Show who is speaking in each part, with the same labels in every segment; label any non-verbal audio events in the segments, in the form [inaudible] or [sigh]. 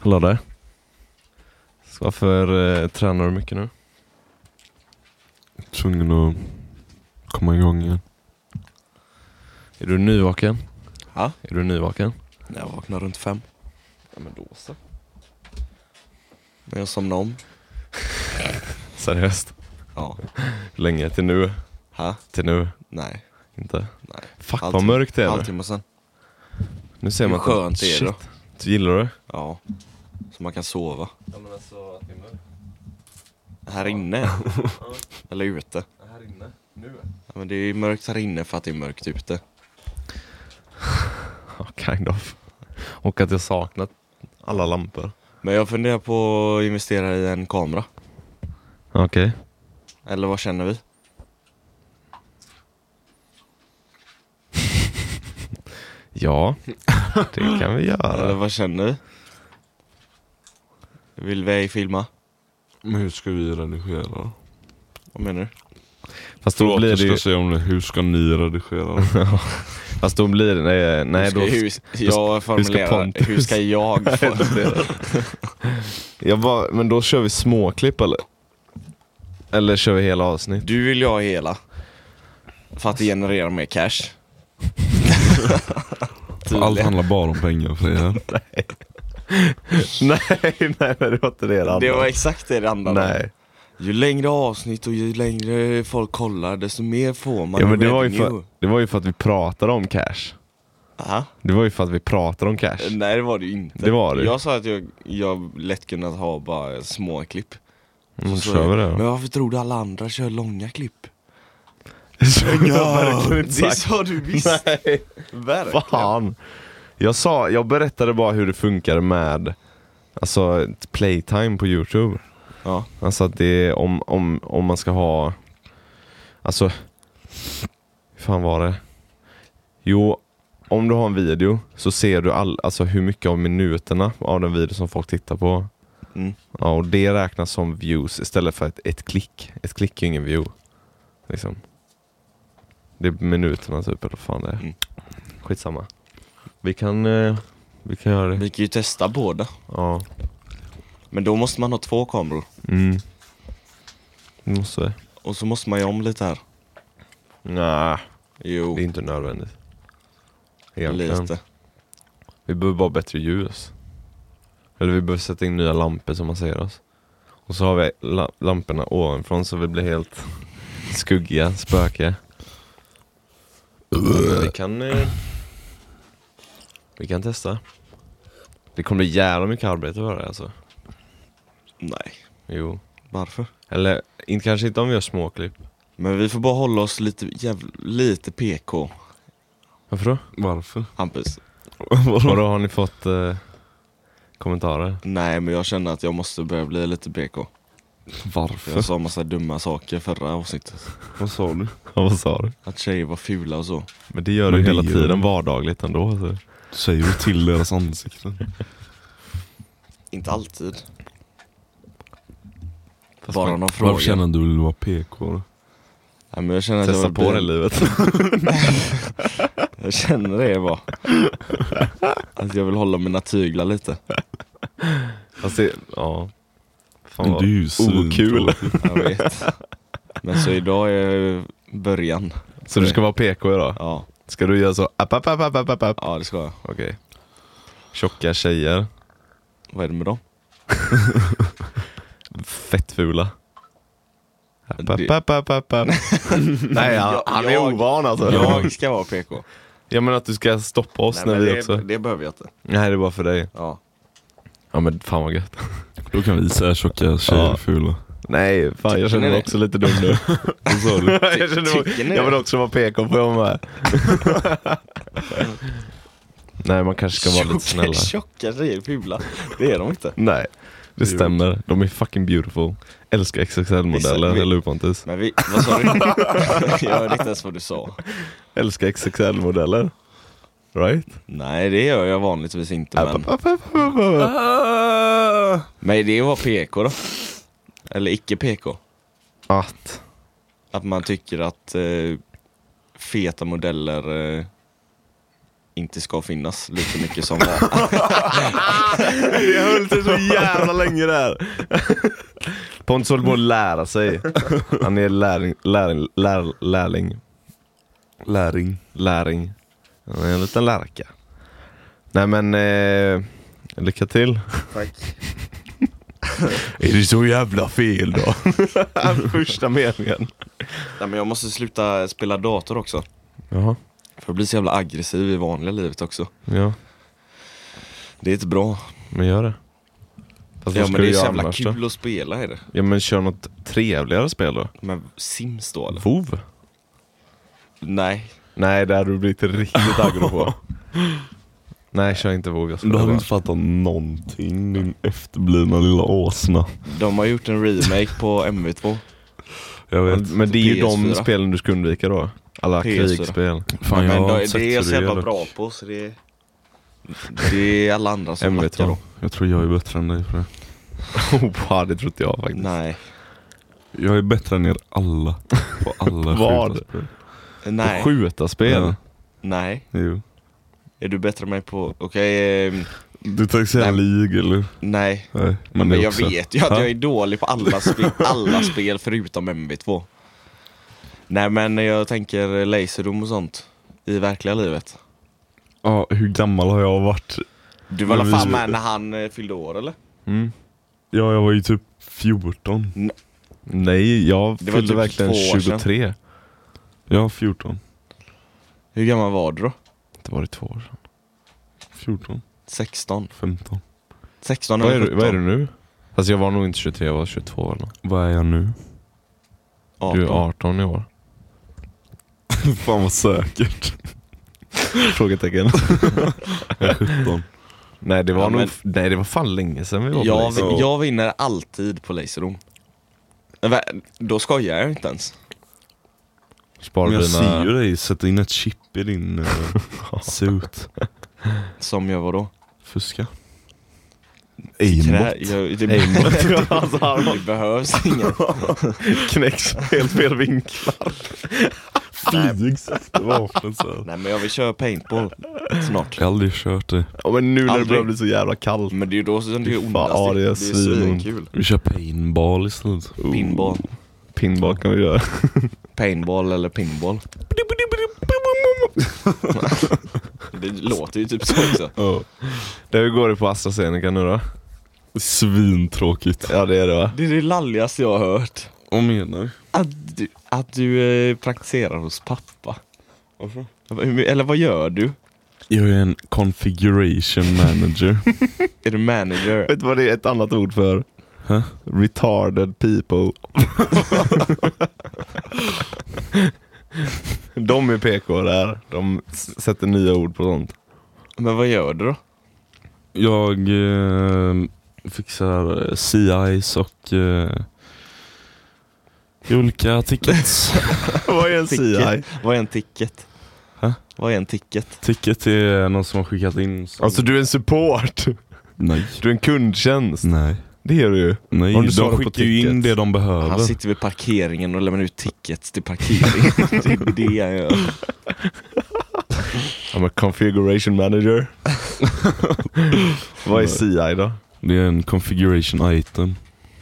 Speaker 1: Kolla där. Så varför eh, tränar du mycket nu?
Speaker 2: Tvungen att komma igång igen.
Speaker 1: Är du nyvaken?
Speaker 3: Ja.
Speaker 1: Är du nyvaken?
Speaker 3: När jag vaknade runt fem.
Speaker 1: Ja men då så.
Speaker 3: När jag somnade om.
Speaker 1: Seriöst?
Speaker 3: Ja.
Speaker 1: Hur länge? Till nu?
Speaker 3: Ha?
Speaker 1: Till nu?
Speaker 3: Nej.
Speaker 1: Inte?
Speaker 3: Nej.
Speaker 1: Fuck vad
Speaker 3: Halvtimme-
Speaker 1: mörkt det är nu.
Speaker 3: Halvtimme sen.
Speaker 1: Nu ser man
Speaker 3: Hur
Speaker 1: att-
Speaker 3: skönt det är då.
Speaker 1: Shit. Du gillar det?
Speaker 3: Ja. Så man kan sova.
Speaker 1: Ja men alltså att det är mörkt.
Speaker 3: Här inne. [laughs] Eller ute.
Speaker 1: Här inne? Nu?
Speaker 3: Ja, men det är mörkt här inne för att det är mörkt ute.
Speaker 1: Ja, kind of. Och att jag saknat alla lampor.
Speaker 3: Men jag funderar på att investera i en kamera.
Speaker 1: Okej.
Speaker 3: Eller vad känner vi?
Speaker 1: Ja, det kan vi
Speaker 3: Eller
Speaker 1: göra.
Speaker 3: vad känner vi? Vill vi ej filma?
Speaker 2: Men hur ska vi redigera?
Speaker 3: Vad menar du?
Speaker 1: Fast då
Speaker 2: Förlåt,
Speaker 1: blir
Speaker 2: jag
Speaker 1: det
Speaker 2: ska
Speaker 1: ju...
Speaker 2: säga om det. Hur ska ni redigera?
Speaker 1: Fast då blir det... Nej, nej
Speaker 3: hur ska,
Speaker 1: då...
Speaker 3: hur, ska- jag formulerar, hur
Speaker 1: Pontus-
Speaker 3: ska,
Speaker 1: [laughs]
Speaker 3: jag få...
Speaker 1: Jag bara, men då kör vi småklipp eller? Eller kör vi hela avsnitt?
Speaker 3: Du vill ju ha hela. För att det genererar mer
Speaker 1: [laughs]
Speaker 3: cash.
Speaker 2: Allt handlar bara om pengar för er.
Speaker 1: [laughs] nej, nej, nej, det var inte det det
Speaker 3: Det
Speaker 1: handlade
Speaker 3: var
Speaker 1: om.
Speaker 3: exakt det det handlade om.
Speaker 1: Nej,
Speaker 3: Ju längre avsnitt och ju längre folk kollar desto mer får man
Speaker 1: ja,
Speaker 3: i
Speaker 1: men det, var ju
Speaker 3: revenue.
Speaker 1: för, det var ju för att vi pratade om cash.
Speaker 3: Aha.
Speaker 1: Det var ju för att vi pratade om cash.
Speaker 3: Nej det var det ju inte.
Speaker 1: Det var det.
Speaker 3: Jag sa att jag, jag lätt kunnat ha bara små klipp.
Speaker 1: Mm,
Speaker 3: Så
Speaker 1: kör vi det [laughs]
Speaker 3: Men
Speaker 1: då.
Speaker 3: varför tror du alla andra kör
Speaker 1: [laughs]
Speaker 3: långa klipp?
Speaker 1: Jag har [laughs] verkligen inte
Speaker 3: det
Speaker 1: sagt.
Speaker 3: sa du visst!
Speaker 1: Nej.
Speaker 3: Verkligen.
Speaker 1: [laughs] Fan! Jag, sa, jag berättade bara hur det funkar med alltså, ett playtime på youtube.
Speaker 3: Ja.
Speaker 1: Alltså att det är om, om, om man ska ha... Alltså... Hur fan var det? Jo, om du har en video så ser du all, alltså hur mycket av minuterna av den video som folk tittar på.
Speaker 3: Mm.
Speaker 1: Ja, och det räknas som views istället för ett, ett klick. Ett klick är ju ingen view. Liksom. Det är minuterna typ, eller vad fan det är.
Speaker 3: Mm.
Speaker 1: Skitsamma. Vi kan, eh, vi kan göra det.
Speaker 3: Vi kan ju testa båda.
Speaker 1: Ja.
Speaker 3: Men då måste man ha två kameror.
Speaker 1: Mm. Vi Måste.
Speaker 3: Och så måste man ju om lite här.
Speaker 1: Nej,
Speaker 3: Jo,
Speaker 1: det är inte nödvändigt. Egentligen.
Speaker 3: lite.
Speaker 1: Vi behöver bara bättre ljus. Eller vi behöver sätta in nya lampor som man ser oss. Och så har vi la- lamporna ovanifrån så vi blir helt [laughs] skuggiga, spökiga. Men vi kan... Eh, vi kan testa. Det kommer bli jävla mycket arbete för det alltså.
Speaker 3: Nej,
Speaker 1: Jo.
Speaker 3: varför?
Speaker 1: Eller inte, kanske inte om vi gör småklipp.
Speaker 3: Men vi får bara hålla oss lite, jäv, lite PK,
Speaker 1: Varför då?
Speaker 2: Varför?
Speaker 3: Hampus.
Speaker 1: [laughs] Vadå, har ni fått eh, kommentarer? [laughs]
Speaker 3: Nej, men jag känner att jag måste börja bli lite PK. För
Speaker 2: Varför?
Speaker 3: jag sa massa dumma saker förra avsnittet.
Speaker 2: Vad sa du?
Speaker 1: Ja, vad sa du?
Speaker 3: Att tjejer var fula och så.
Speaker 1: Men det gör
Speaker 2: Men
Speaker 1: du
Speaker 2: det
Speaker 1: hela
Speaker 2: gör
Speaker 1: tiden
Speaker 2: vi.
Speaker 1: vardagligt ändå. alltså. Så.
Speaker 2: Säger du till deras ansikten?
Speaker 3: Inte alltid.
Speaker 1: Fast
Speaker 3: bara
Speaker 1: man-
Speaker 3: någon
Speaker 2: Varför
Speaker 3: fråga.
Speaker 2: känner du att du vill vara PK då?
Speaker 3: Nej, men jag känner att jag
Speaker 1: Testa
Speaker 3: vill
Speaker 1: på det
Speaker 3: bli-
Speaker 1: livet. [laughs]
Speaker 3: Jag känner det bara. Att jag vill hålla mina tyglar lite.
Speaker 1: Fast Alltså, det, ja. Fan vad
Speaker 2: du är ju
Speaker 1: okul.
Speaker 2: svintråkig.
Speaker 3: Jag vet. Men så idag är ju början.
Speaker 1: Så du ska vara PK idag?
Speaker 3: Ja,
Speaker 1: Ska du göra så? App, app, app, app, app, app, app.
Speaker 3: ja det ska jag.
Speaker 1: Okej. Tjocka tjejer.
Speaker 3: Vad är det med dem?
Speaker 1: Fett fula. App, app,
Speaker 3: Det-
Speaker 1: app, app, app, app. [laughs] Nej, han,
Speaker 3: Jag-
Speaker 1: han är
Speaker 3: jag-
Speaker 1: ovan alltså.
Speaker 3: Jag ska vara PK.
Speaker 1: Jag menar att du ska stoppa oss när
Speaker 3: men
Speaker 1: vi
Speaker 3: det,
Speaker 1: också...
Speaker 3: det behöver jag inte.
Speaker 1: Nej, det är bara för dig.
Speaker 3: Ja.
Speaker 1: Ja men fan vad gött.
Speaker 2: Då kan vi säga tjocka tjejer
Speaker 1: Ja.
Speaker 2: är fula.
Speaker 1: Nej, fan jag
Speaker 3: Tycker
Speaker 1: känner
Speaker 3: ni
Speaker 1: mig
Speaker 3: det?
Speaker 1: också lite dum [laughs] nu.
Speaker 2: Vad sa du?
Speaker 1: [laughs] jag,
Speaker 3: tycker
Speaker 1: känner,
Speaker 3: ni
Speaker 1: jag vill
Speaker 3: det?
Speaker 1: också vara PK på jag med. [laughs] Nej, man kanske ska vara lite snällare.
Speaker 3: Tjocka tjejer är fula. Det är de inte.
Speaker 1: [laughs] Nej, det
Speaker 2: Jo.
Speaker 1: stämmer. De är fucking beautiful. Älskar XXL-modeller,
Speaker 3: Exakt.
Speaker 1: eller hur Pontus?
Speaker 3: Men vi,
Speaker 1: [laughs]
Speaker 3: vad sa du? jag hörde inte ens vad du sa.
Speaker 1: Älskar XXL-modeller. Right?
Speaker 3: Nej det gör jag vanligtvis inte men.
Speaker 1: App, app, app, app, app. Ah.
Speaker 3: Men det var PK då. Eller icke PK.
Speaker 1: Att.
Speaker 3: Att man tycker att eh, feta modeller eh, inte ska finnas lika
Speaker 1: [laughs]
Speaker 3: mycket som var.
Speaker 1: Jag höll till så jävla länge där. [laughs] Pontus håller på att lära sig. Han är läring, läring, lär, lärling.
Speaker 2: Läring.
Speaker 1: Läring. Han är en liten lärka. Nej men, eh, lycka till.
Speaker 3: Tack.
Speaker 1: [laughs] Är det så jävla fel då? [laughs] Första meningen.
Speaker 3: Nej, men jag måste sluta spela dator också.
Speaker 1: Jaha,
Speaker 3: För jag blir så jävla aggressiv i vanliga livet också.
Speaker 1: ja.
Speaker 3: Det är inte bra.
Speaker 1: Men gör det. Fast
Speaker 3: Ja
Speaker 1: vad ska
Speaker 3: men det
Speaker 1: du
Speaker 3: är så
Speaker 1: göra
Speaker 3: jävla
Speaker 1: annars då?
Speaker 3: kul att spela är det.
Speaker 1: Ja men kör något trevligare spel då.
Speaker 3: Men Sims då eller?
Speaker 1: Vov?
Speaker 3: Nej.
Speaker 1: Nej det hade du blivit riktigt aggro på. [laughs] Nej kör inte Vov, jag
Speaker 2: Du
Speaker 1: spelar
Speaker 2: har
Speaker 1: bara.
Speaker 2: inte fattat någonting din efterblivna lilla åsna.
Speaker 3: De har gjort en remake på MV2.
Speaker 2: Jag vet.
Speaker 1: Men det är ju de
Speaker 3: PS4.
Speaker 1: spelen du ska undvika då. Alla
Speaker 3: PS4.
Speaker 1: krigsspel. [laughs]
Speaker 2: Fan jag
Speaker 3: men
Speaker 2: har
Speaker 3: då,
Speaker 2: inte sett
Speaker 3: det är jag
Speaker 2: hur
Speaker 3: så jävla
Speaker 2: eller?
Speaker 3: bra på så det är... Det är alla andra som lackar
Speaker 1: MV2.
Speaker 3: då.
Speaker 2: Jag tror jag är bättre än dig för det.
Speaker 1: wow, Oh, det trodde jag faktiskt.
Speaker 3: Nej.
Speaker 2: Jag är bättre än er alla. På alla
Speaker 1: Vad?
Speaker 2: skjuta spel.
Speaker 3: Nej.
Speaker 1: Skjutarspel.
Speaker 2: Ja,
Speaker 3: Nej.
Speaker 2: jo.
Speaker 3: Är du bättre än mig på... Okej, ehm,
Speaker 2: Du tar inte säga
Speaker 3: Nej.
Speaker 2: League eller?
Speaker 3: nej.
Speaker 2: Nej.
Speaker 3: Men,
Speaker 2: det
Speaker 3: jag
Speaker 2: också.
Speaker 3: vet ju att
Speaker 2: Ja.
Speaker 3: jag är dålig på alla, spe, alla spel förutom MV2. Nej men jag tänker laserroom och sånt. I verkliga livet.
Speaker 2: Ja, hur gammal har jag varit?
Speaker 3: Du var i alla
Speaker 2: Men vi-
Speaker 3: fall med när han eh, fyllde år eller?
Speaker 1: Mm.
Speaker 2: Ja, jag var ju typ 14.
Speaker 1: Nej, jag
Speaker 3: Det var
Speaker 1: fyllde
Speaker 3: typ
Speaker 1: verkligen
Speaker 3: två år sedan.
Speaker 1: 23.
Speaker 2: Ja, 14.
Speaker 3: Hur gammal var du då?
Speaker 1: Det var det två år sedan.
Speaker 2: 14.
Speaker 3: 16?
Speaker 2: 15.
Speaker 3: 16
Speaker 1: Vad är,
Speaker 3: eller
Speaker 1: du,
Speaker 3: 17?
Speaker 1: vad är du nu? Fast jag var nog inte 23, jag var 22 eller nåt.
Speaker 2: Vad är jag nu? [laughs]
Speaker 3: 18.
Speaker 1: Du är 18 i år.
Speaker 2: Fan vad säkert.
Speaker 1: [laughs] Frågetecken.
Speaker 2: Jag är 17.
Speaker 1: Nej det var
Speaker 3: Ja,
Speaker 1: nog,
Speaker 3: men-
Speaker 1: nej det var fan länge sedan vi var på
Speaker 3: Jag,
Speaker 1: Laser.
Speaker 2: Laserroom.
Speaker 3: jag vinner alltid på laserroom. Vä- Då skojar jag inte ens.
Speaker 1: Sparar
Speaker 2: Men jag ser ju
Speaker 1: dina...
Speaker 2: dig sätta in ett chip i din [laughs] uh, suit.
Speaker 3: Som jag var då.
Speaker 2: Fuska.
Speaker 3: Krä,
Speaker 2: Aimbot.
Speaker 3: jag, det,
Speaker 1: [laughs]
Speaker 3: [laughs]
Speaker 1: Aimbot.
Speaker 3: det behövs inget.
Speaker 1: Knäcks helt fel vinklar.
Speaker 2: Flygs efter vapnet såhär.
Speaker 3: Nej men jag vill köra paintball snart.
Speaker 2: Jag har aldrig kört det.
Speaker 1: Ja, men nu när det
Speaker 3: Aldrig.
Speaker 1: börjar bli så jävla kallt.
Speaker 3: Men det är ju då som det
Speaker 1: Fy
Speaker 3: är
Speaker 1: fan,
Speaker 3: ondast.
Speaker 1: ja, det är
Speaker 3: det är
Speaker 1: svinont.
Speaker 3: svinkul.
Speaker 2: Vi kör paintball istället.
Speaker 1: Oh.
Speaker 3: Pinball.
Speaker 1: Pinball kan vi göra.
Speaker 3: Paintball eller pinball. Det låter ju typ så också.
Speaker 1: Det, hur går det på AstraZeneca nu då?
Speaker 2: Svintråkigt.
Speaker 1: Ja det är det va?
Speaker 3: Det är det lalligaste jag har hört.
Speaker 2: Vad menar du?
Speaker 3: Att du, att du eh, praktiserar hos pappa.
Speaker 2: Varför?
Speaker 3: Eller vad gör du?
Speaker 2: Jag är en configuration manager.
Speaker 3: Är du manager?
Speaker 1: Vet du vad det är ett annat ord för?
Speaker 2: Huh?
Speaker 1: Retarded
Speaker 2: [laughs]
Speaker 1: people. De är PK där. De s- sätter nya ord på sånt.
Speaker 3: Men vad gör du då?
Speaker 2: Jag eh, fixar eh, sea ice och eh,
Speaker 1: [laughs]
Speaker 2: olika tickets.
Speaker 1: Vad är en CI?
Speaker 3: Vad är en ticket?
Speaker 2: Hä?
Speaker 3: Vad är en ticket?
Speaker 2: Ticket är någon som har skickat in. Som...
Speaker 1: Alltså du är en support.
Speaker 2: nej.
Speaker 1: Du är en kundtjänst.
Speaker 2: Nej.
Speaker 1: Det är du ju.
Speaker 2: Nej,
Speaker 1: Om du svarar
Speaker 2: de
Speaker 1: på
Speaker 2: skickar ju in
Speaker 1: tickets.
Speaker 2: det de behöver.
Speaker 3: Han sitter vid parkeringen och lämnar ut tickets till parkering. det är det han gör.
Speaker 1: I'm a configuration manager.
Speaker 2: [laughs]
Speaker 1: Vad är CI då?
Speaker 2: Det är en configuration item.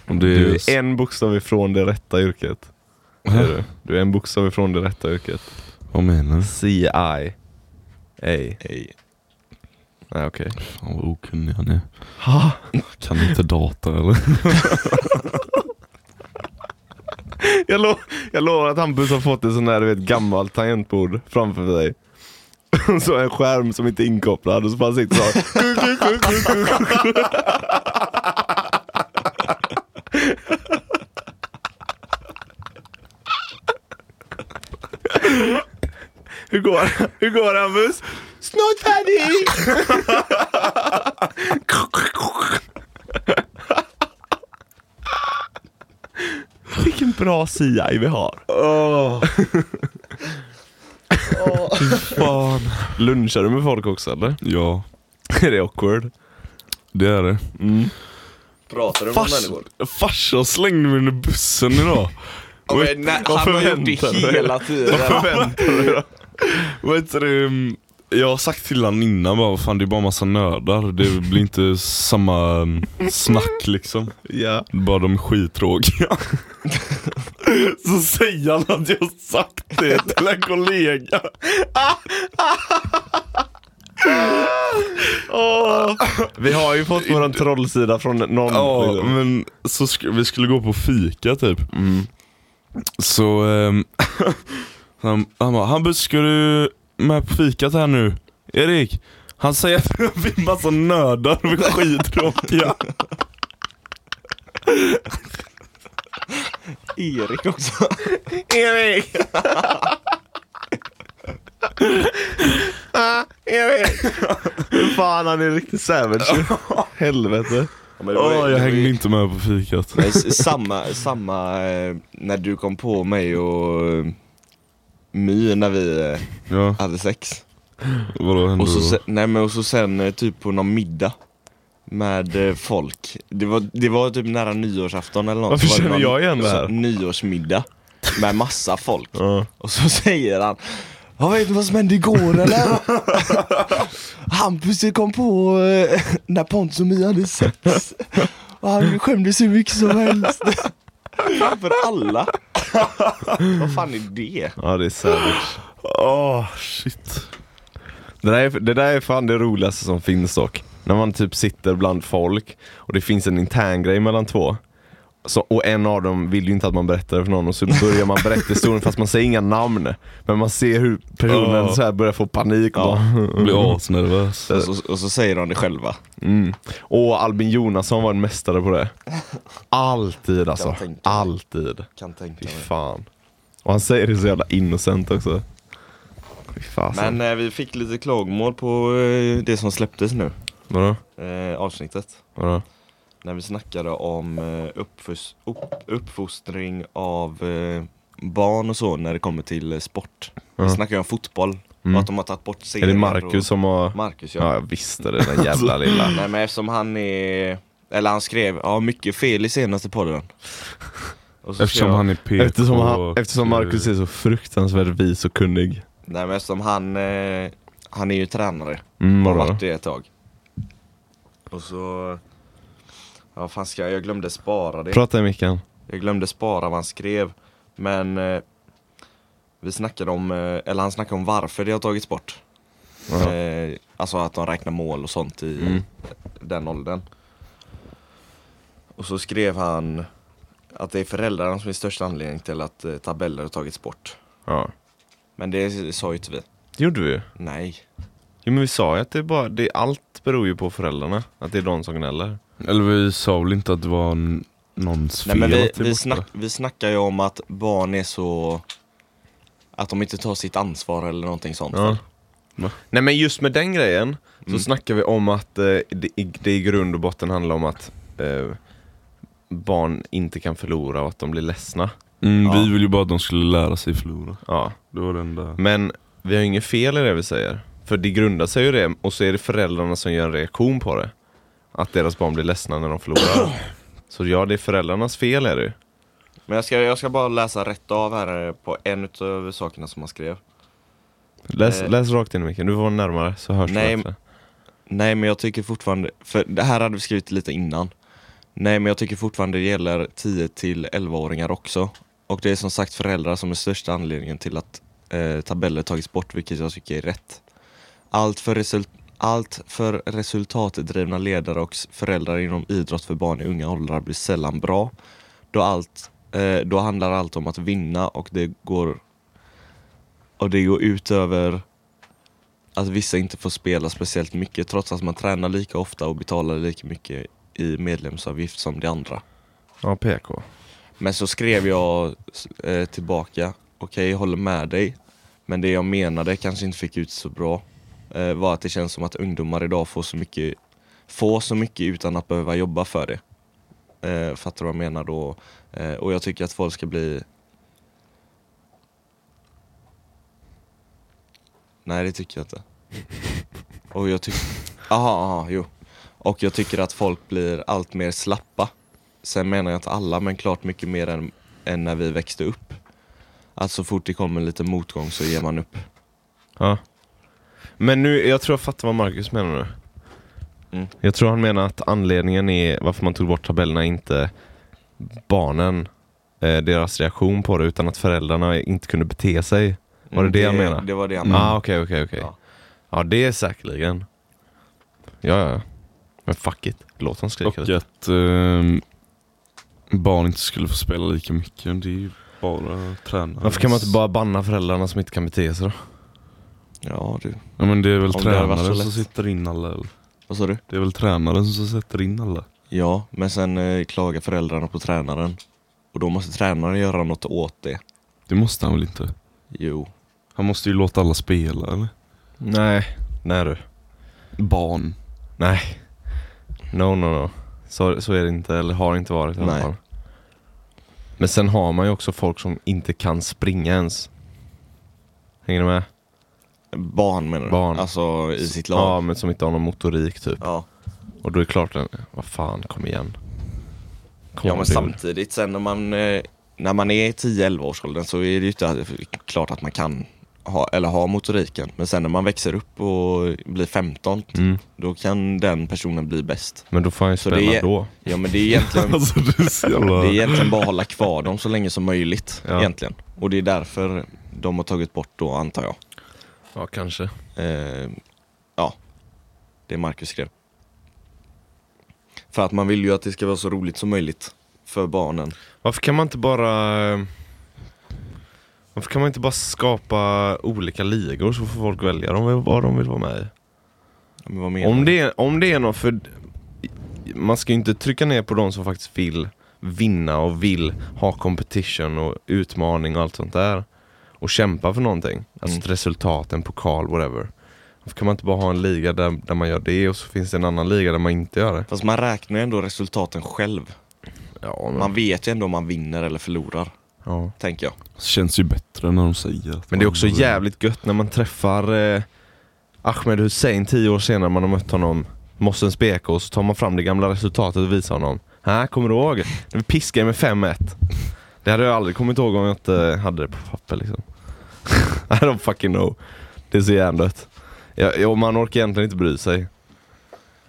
Speaker 2: Och det
Speaker 1: Du
Speaker 2: är
Speaker 1: är en bokstav ifrån det rätta yrket. Det
Speaker 2: Hä?
Speaker 1: Är du. du är en bokstav ifrån det rätta yrket.
Speaker 2: Vad menar du?
Speaker 1: CI. A. Nej
Speaker 3: Hej.
Speaker 1: Ah, okej.
Speaker 2: Fan vad okunnig han är.
Speaker 1: Ha?
Speaker 2: Kan inte data
Speaker 1: [laughs]
Speaker 2: eller?
Speaker 1: Jag, lo- jag lovar att Hampus har fått ett sån där du vet, gammalt tangentbord framför sig. Och [laughs] så en skärm som inte är inkopplad och så bara sitter [laughs] så Hur går det? Hur går det Hampus? Snart [laughs] färdig! Vilken bra CI vi har.
Speaker 2: Fan.
Speaker 1: Lunchar du med folk också eller? [laughs]
Speaker 2: Ja,
Speaker 1: Är det awkward?
Speaker 2: det är det.
Speaker 3: Pratar du med
Speaker 2: Fars, farsan slängde mig under bussen idag.
Speaker 3: Men, nej, han har gjort det
Speaker 1: förväntar du dig?
Speaker 3: hela tiden.
Speaker 1: Vad förväntar du dig då?
Speaker 2: Vad heter det? mm, Jag har sagt till han innan bara, "Vad fan det är bara massa nördar. Det blir inte samma mm, snack liksom.
Speaker 1: Ja.
Speaker 2: Bara de är skittråkiga. Så säger han att jag har sagt det till en kollega.
Speaker 1: Vi har ju fått våran trollsida från någon.
Speaker 2: Ja, men så sk- vi skulle gå på fika typ.
Speaker 3: Mm.
Speaker 2: Så ehm, [laughs] han, han bara, Hampus ska du med på fikat här nu? Erik, han säger [laughs] att vi är massa nördar och är
Speaker 3: [laughs]
Speaker 2: skittråkiga.
Speaker 3: Erik också.
Speaker 1: Erik! ah, Erik! Fan han är riktigt savage ju. Helvete.
Speaker 2: Åh, jag hängde inte med på fikat.
Speaker 3: Men s- samma, samma eh, när du kom på mig och eh, My när vi eh,
Speaker 2: Ja,
Speaker 3: hade sex.
Speaker 2: vadå hände
Speaker 3: Och så,
Speaker 1: Mm.
Speaker 2: då?
Speaker 3: se- nej, men och så sen eh, typ på någon middag med eh, folk. Det var, det var typ nära nyårsafton eller något.
Speaker 1: Varför
Speaker 3: Så var
Speaker 1: känner
Speaker 3: någon
Speaker 1: jag igen det här?
Speaker 3: så- Nyårsmiddag med massa folk.
Speaker 1: Ja.
Speaker 3: Och så säger han jag vet du vad som hände
Speaker 1: [laughs]
Speaker 3: igår eller? Hampus kom på eh, när Pontus och Mia hade sex och han skämdes hur mycket som helst. För alla. vad fan är det?
Speaker 1: ja det är savage.
Speaker 2: Åh, shit.
Speaker 1: Det där, är, det där är fan det roligaste som finns dock. När man typ sitter bland folk och det finns en intern grej mellan två. Så, och en av dem vill ju inte att man berättar det för någon och så börjar man berätta historien fast man säger inga namn. Men man ser hur personen
Speaker 2: Ja.
Speaker 1: så här börjar få panik. Och
Speaker 3: Ja.
Speaker 1: bara,
Speaker 2: Jag blir asnervös.
Speaker 3: Och så, och så säger de Mm. det själva.
Speaker 1: Mm. Och Albin Jonasson var en mästare på [laughs] det. Alltid alltså.
Speaker 3: Jag tänker.
Speaker 1: Alltid.
Speaker 3: Kan tänka
Speaker 1: Fy
Speaker 3: mig.
Speaker 1: fan. Och han säger det så jävla innocent också. Fy fasen.
Speaker 3: Men eh, vi fick lite klagomål på eh, det som släpptes nu,
Speaker 1: Vadå?
Speaker 3: eh, avsnittet.
Speaker 1: Vadå?
Speaker 3: När vi snackade om eh, uppfus- upp, uppfostring av eh, barn och så när det kommer till eh, sport.
Speaker 1: Ja.
Speaker 3: Vi snackade om fotboll
Speaker 1: Mm.
Speaker 3: och att de har tagit bort
Speaker 1: Är
Speaker 3: serier.
Speaker 1: det Marcus som har...
Speaker 3: Och... Marcus ja.
Speaker 1: Ja, jag visste det. Den [laughs] jävla lilla.
Speaker 3: Nej men eftersom han är, eller han skrev, ja mycket fel i senaste podden. Och så
Speaker 2: Eftersom
Speaker 3: skrev jag-
Speaker 2: han är PK
Speaker 1: Eftersom, han, eftersom
Speaker 2: och-
Speaker 1: Marcus är så fruktansvärt vis och kunnig.
Speaker 3: Nej men eftersom han, eh, han är ju tränare.
Speaker 1: Mm,
Speaker 3: Har
Speaker 1: vadå?
Speaker 3: varit det ett tag. Och så... Ja, fan ska jag? Jag glömde spara det.
Speaker 1: Prata i micken.
Speaker 3: Jag glömde spara vad han skrev. Men... Eh, vi snackade om... Eh, eller han snackade om varför det har tagits bort.
Speaker 1: Ja.
Speaker 3: Eh, alltså att de räknar mål och sånt i
Speaker 1: Mm.
Speaker 3: den åldern. Och så skrev han att det är föräldrarna som är största anledning till att eh, tabeller har tagits bort.
Speaker 1: Ja.
Speaker 3: Men det sa ju inte vi.
Speaker 1: Det gjorde vi ju.
Speaker 3: Nej.
Speaker 1: Jo men vi sa ju att det är bara, det, allt beror ju på föräldrarna. Att det är de som gnäller.
Speaker 2: Eller vi sa väl inte att det var n- någons fel
Speaker 3: Nej men vi,
Speaker 2: att det är
Speaker 3: vi,
Speaker 2: borta.
Speaker 3: snack, vi snackar ju om att barn är så... Att de inte tar sitt ansvar eller någonting sånt.
Speaker 1: Ja.
Speaker 2: Va?
Speaker 1: Nej men just med den grejen
Speaker 3: Mm.
Speaker 1: så snackar vi om att eh, det, i- det i grund och botten handlar om att eh, barn inte kan förlora och att de blir ledsna.
Speaker 2: Mm,
Speaker 3: Ja.
Speaker 2: Vi ville ju bara att de skulle lära sig förlora.
Speaker 1: Ja.
Speaker 2: Det var den där.
Speaker 1: Men vi har ju inget fel i det vi säger. För det grundar sig ju i det och så är det föräldrarna som gör en reaktion på det. Att deras barn blir ledsna när de förlorar. Så ja, det är föräldrarnas fel är det ju.
Speaker 3: Men jag ska, jag ska bara läsa rätt av här eh, på en utav sakerna som han skrev.
Speaker 1: Läs,
Speaker 3: Eh.
Speaker 1: läs rakt in i micken, du får vara närmare så hörs
Speaker 3: Nej,
Speaker 1: det bättre.
Speaker 3: Nej men jag tycker fortfarande, för det här hade vi skrivit lite innan. Nej men jag tycker fortfarande det gäller 10 till 11-åringar också. Och det är som sagt föräldrar som är största anledningen till att eh, tabeller tagits bort, vilket jag tycker är rätt. Allt för, result- allt för resultatdrivna ledare och s- föräldrar inom idrott för barn i unga åldrar blir sällan bra. Då, allt, eh, då handlar allt om att vinna och det går, och det går ut över att vissa inte får spela speciellt mycket trots att man tränar lika ofta och betalar lika mycket i medlemsavgift som de andra.
Speaker 1: Ja, PK.
Speaker 3: Men så skrev jag eh, tillbaka, okej jag håller med dig, men det jag menade kanske inte fick ut så bra eh, var att det känns som att ungdomar idag får så mycket, får så mycket utan att behöva jobba för det. Eh, fattar du vad jag menar då? Eh, och jag tycker att folk ska bli... Nej det tycker jag inte. Och jag tycker... Aha, aha, jo. Och jag tycker att folk blir allt mer slappa. Sen menar jag inte alla, men klart mycket mer än, än när vi växte upp. Att så fort det kommer lite motgång så ger man upp.
Speaker 1: Ja. Men nu, jag tror jag fattar vad Marcus menar nu.
Speaker 3: Mm.
Speaker 1: Jag tror han menar att anledningen är varför man tog bort tabellerna är inte barnen, eh, deras reaktion på det, utan att föräldrarna inte kunde bete sig. Var det det han menade?
Speaker 3: Mm. Det var det han
Speaker 1: Ja,
Speaker 3: menade.
Speaker 1: ah, okej, okej, okej.
Speaker 3: Ja.
Speaker 1: Ja, det är säkerligen. Ja, ja, ja. Men fuck it. Låt honom skrika
Speaker 2: Och
Speaker 1: lite.
Speaker 2: att ehm, barn inte skulle få spela lika mycket. Det är ju bara tränare.
Speaker 1: Varför kan man inte bara banna föräldrarna som inte kan bete sig då?
Speaker 3: Ja, du.
Speaker 2: Ja men det är väl
Speaker 3: Om det hade varit så
Speaker 2: tränaren som
Speaker 3: lätt.
Speaker 2: sitter in alla. eller?
Speaker 3: Vad sa du?
Speaker 2: Det är väl tränaren som sätter in alla.
Speaker 3: Ja, men sen eh, klagar föräldrarna på tränaren. Och då måste tränaren göra något åt det.
Speaker 2: Det måste han väl inte?
Speaker 3: Jo.
Speaker 2: Han måste ju låta alla spela eller?
Speaker 1: Nej. Nej du.
Speaker 2: Barn.
Speaker 1: Nej. No, no, no. Så, så är det inte, eller har inte varit i alla
Speaker 3: Nej.
Speaker 1: fall. Men sen har man ju också folk som inte kan springa ens. Hänger du med?
Speaker 3: Barn menar du?
Speaker 1: Barn.
Speaker 3: Alltså i sitt
Speaker 1: Ja,
Speaker 3: lag?
Speaker 1: men som inte har någon motorik typ.
Speaker 3: Ja.
Speaker 1: Och då är det klart, den- vad fan, kom igen. Kom
Speaker 3: Ja men
Speaker 1: igen, dude.
Speaker 3: samtidigt sen när man, eh, när man är i 10-11 årsåldern så är det ju inte att- klart att man kan ha, eller ha motoriken. Men sen när man växer upp och blir 15
Speaker 1: Mm.
Speaker 3: då kan den personen bli bäst.
Speaker 1: Men då får han ju
Speaker 3: Så
Speaker 1: spela
Speaker 3: det är- [laughs]
Speaker 1: då.
Speaker 3: Ja men det är
Speaker 1: [laughs]
Speaker 3: egentligen,
Speaker 2: Alltså du är så jävla...
Speaker 3: det är egentligen bara att hålla kvar dem så länge som möjligt.
Speaker 1: Ja.
Speaker 3: Egentligen. Och det är därför de har tagit bort då antar jag.
Speaker 1: Ja, kanske.
Speaker 3: Eh, ja, det Marcus skrev. För att man vill ju att det ska vara så roligt som möjligt för barnen.
Speaker 1: Varför kan man inte bara... eh, Varför kan man inte bara skapa olika ligor så får folk välja dem, vad de vill vara med i?
Speaker 3: Ja, Men vad menar
Speaker 1: Om
Speaker 3: du?
Speaker 1: det, är- om det är någon, för man ska ju inte trycka ner på de som faktiskt vill vinna och vill ha competition och utmaning och allt sånt där. Och kämpa för någonting. Alltså
Speaker 3: Mm.
Speaker 1: ett resultat, en pokal, whatever. Varför kan man inte bara ha en liga där, där man gör det och så finns det en annan liga där man inte gör det?
Speaker 3: Fast man räknar ju ändå resultaten själv.
Speaker 1: Ja, men,
Speaker 3: Man vet ju ändå om man vinner eller förlorar,
Speaker 1: ja.
Speaker 3: tänker jag.
Speaker 2: Känns ju bättre när de säger att
Speaker 1: men det är
Speaker 2: man-
Speaker 1: också jävligt gött när man träffar eh, Ahmed Hussein tio år senare man har mött honom Mossens BK och så tar man fram det gamla resultatet och visar honom. Här kommer du ihåg? När vi piskade med 5-1. Det hade jag aldrig kommit ihåg om jag inte hade det på papper liksom. [laughs] I don't fucking know. Det är så hjärndött. Ja, ja, man orkar egentligen inte bry sig.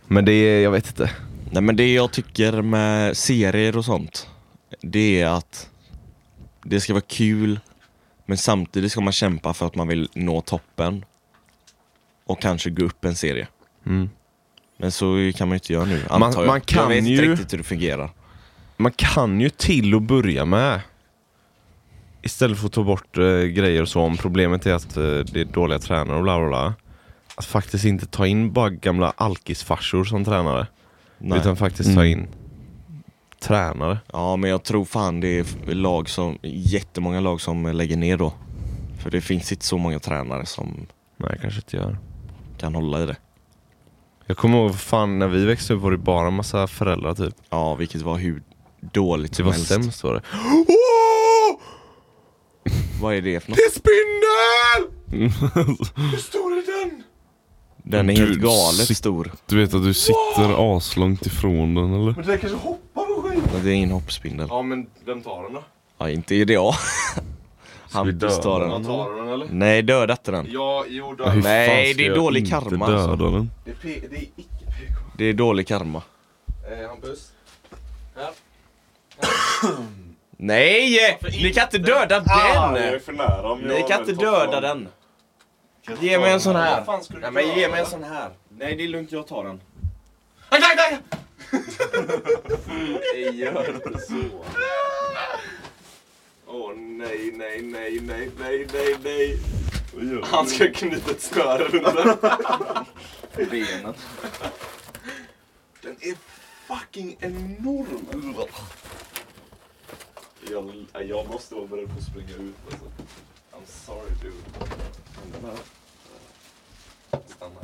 Speaker 1: Men det är, jag vet inte.
Speaker 3: Nej men det jag tycker med serier och sånt, det är att det ska vara kul, men samtidigt ska man kämpa för att man vill nå toppen. Och kanske gå upp en serie.
Speaker 1: Mm.
Speaker 3: Men så kan man ju inte göra nu,
Speaker 1: Man-
Speaker 3: antar jag.
Speaker 1: man
Speaker 3: jag
Speaker 1: kan
Speaker 3: vet inte
Speaker 1: ju-
Speaker 3: riktigt hur det fungerar.
Speaker 1: Man kan ju till att börja med Istället för att ta bort eh, grejer och så om problemet är att eh, det är dåliga tränare och bla bla bla Att faktiskt inte ta in bara gamla alkisfarsor som tränare
Speaker 3: Nej. Mm.
Speaker 1: Utan faktiskt ta in tränare
Speaker 3: Ja men jag tror fan det är lag som, jättemånga lag som lägger ner då. För det finns inte så många tränare som
Speaker 1: Nej jag kanske inte gör
Speaker 3: kan hålla i det.
Speaker 1: Jag kommer ihåg fan när vi växte upp var det bara en massa föräldrar typ
Speaker 3: Ja, vilket var hur dåligt
Speaker 1: Det
Speaker 3: som
Speaker 1: var
Speaker 3: helst.
Speaker 1: sämst var det
Speaker 2: Åh!
Speaker 3: Vad är det för något?
Speaker 2: Det är
Speaker 3: [laughs]
Speaker 2: spindel!
Speaker 3: Den är
Speaker 2: Du
Speaker 3: helt galet
Speaker 2: sitter-
Speaker 3: stor.
Speaker 2: Du vet att du sitter aslångt ifrån den eller?
Speaker 1: Men den kanske hoppar och skit
Speaker 3: Det är ingen hoppspindel.
Speaker 1: Ja men vem tar
Speaker 3: Mm.
Speaker 1: den då?
Speaker 3: Ja, inte är det [laughs] jag.
Speaker 2: vi
Speaker 3: Hampus
Speaker 2: döda
Speaker 3: tar
Speaker 2: den?
Speaker 3: den.
Speaker 1: tar den eller?
Speaker 3: Nej, döda inte den.
Speaker 1: Ja, jo
Speaker 2: Ja, hur fan
Speaker 3: Nej,
Speaker 2: ska
Speaker 3: det är
Speaker 2: jag
Speaker 3: dålig
Speaker 2: inte
Speaker 3: karma,
Speaker 2: Döda
Speaker 3: alltså.
Speaker 2: den.
Speaker 1: Det är, det är icke Eh, PK
Speaker 3: Det är dålig karma.
Speaker 1: Hampus?
Speaker 3: Nej! Ni kan inte Ah, döda den!
Speaker 1: för nära om
Speaker 3: Ni kan inte döda den. Ge mig en sån här. Nej, men ge mig en sån här. Nej, det är lugnt. Jag tar den. Aj, aj, aj! Nej, gör inte så.
Speaker 1: Åh nej, nej, nej, nej, nej, nej, nej. Han ska knyta ett snöre runt den.
Speaker 3: Benet.
Speaker 1: Den är fucking enorm. Jag, jag måste vara beredd på att springa ut alltså. I'm sorry dude. Stanna.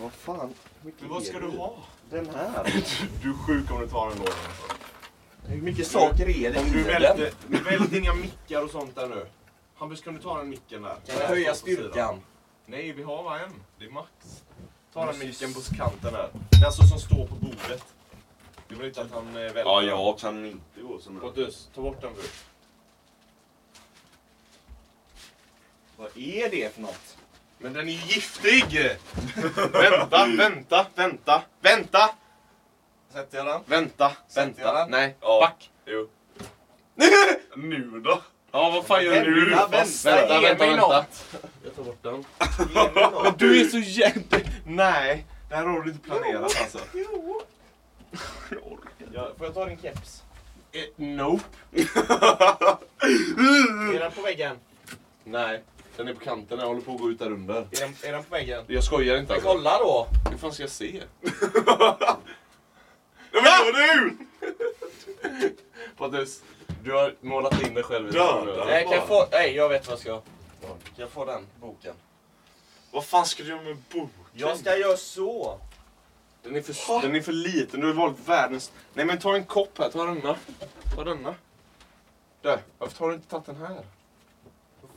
Speaker 3: Vad fan? Hur mycket
Speaker 1: Men vad ska
Speaker 3: är
Speaker 1: du ha?
Speaker 3: Den här.
Speaker 1: Du är sjuk om du tar den då. Alltså.
Speaker 3: Hur mycket saker är det
Speaker 1: Du
Speaker 3: i den?
Speaker 1: välte, du välte inga mickar och sånt där nu. Hampus, kan du ta den micken där?
Speaker 3: Kan du höja styrkan?
Speaker 1: Nej, vi har bara en. Det är max. Ta den micken på kanten här. Den alltså som står på bordet. Du vill inte att han eh, välter? Ja, jag kan inte gå så Pontus, ta bort den först.
Speaker 3: Vad är det för något?
Speaker 1: Men den är giftig! [laughs] vänta, vänta, vänta, vänta!
Speaker 3: Sätter jag den?
Speaker 1: Vänta,
Speaker 3: Sätter jag den?
Speaker 1: Nej,
Speaker 2: Ja.
Speaker 1: back! [laughs]
Speaker 2: Jo. nu då? Ja, vad fan gör du?
Speaker 1: Vänta,
Speaker 2: Fast-
Speaker 1: vänta,
Speaker 3: Ge
Speaker 1: vänta,
Speaker 3: mig
Speaker 1: vänta.
Speaker 3: Jag tar bort den.
Speaker 1: Men [laughs] du är så jävla... Nej, det här har du inte planerat alltså.
Speaker 3: Ja, får jag ta din keps?
Speaker 1: Eh, Nope.
Speaker 3: [laughs] Är den på väggen?
Speaker 1: Nej, den är på kanten. Jag håller på att gå ut där under.
Speaker 3: Är den, är den på väggen?
Speaker 1: Jag skojar inte alltså.
Speaker 3: Kolla då!
Speaker 1: Hur fan ska jag
Speaker 3: [laughs]
Speaker 1: se?
Speaker 2: Men
Speaker 3: Ah!
Speaker 2: vad nu?
Speaker 1: Pontus, du har målat in dig själv i
Speaker 2: Ja,
Speaker 1: det här nu.
Speaker 2: ja.
Speaker 3: Nej, kan jag få... Nej, jag vet vad jag ska ha. Kan jag få den boken?
Speaker 2: Vad fan ska du göra med boken?
Speaker 3: Jag ska göra så!
Speaker 1: Den är, för, den är för liten, du har valt världens... Nej men ta en kopp här, ta denna. Ta denna. Där, varför har du inte tagit den här?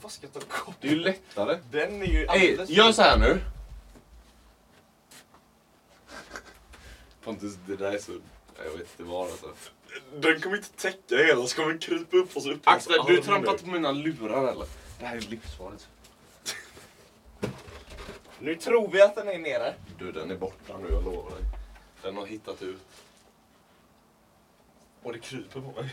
Speaker 3: Vad ska jag ta kort?
Speaker 1: Det är ju lättare.
Speaker 3: Den är ju
Speaker 1: Ey,
Speaker 3: alldeles...
Speaker 1: gör så här nu. Pontus, det där är så... Jag vet inte vad alltså.
Speaker 2: Den kommer inte täcka hela, ska man krypa upp och så upp
Speaker 1: Axel, du har trampat på mina lurar eller? Det här är livsfarligt.
Speaker 3: [laughs] Nu tror vi att den är nere.
Speaker 1: Du, den är borta nu, jag lovar dig. Den har hittat ut. Och det kryper på
Speaker 3: [laughs]
Speaker 1: mig.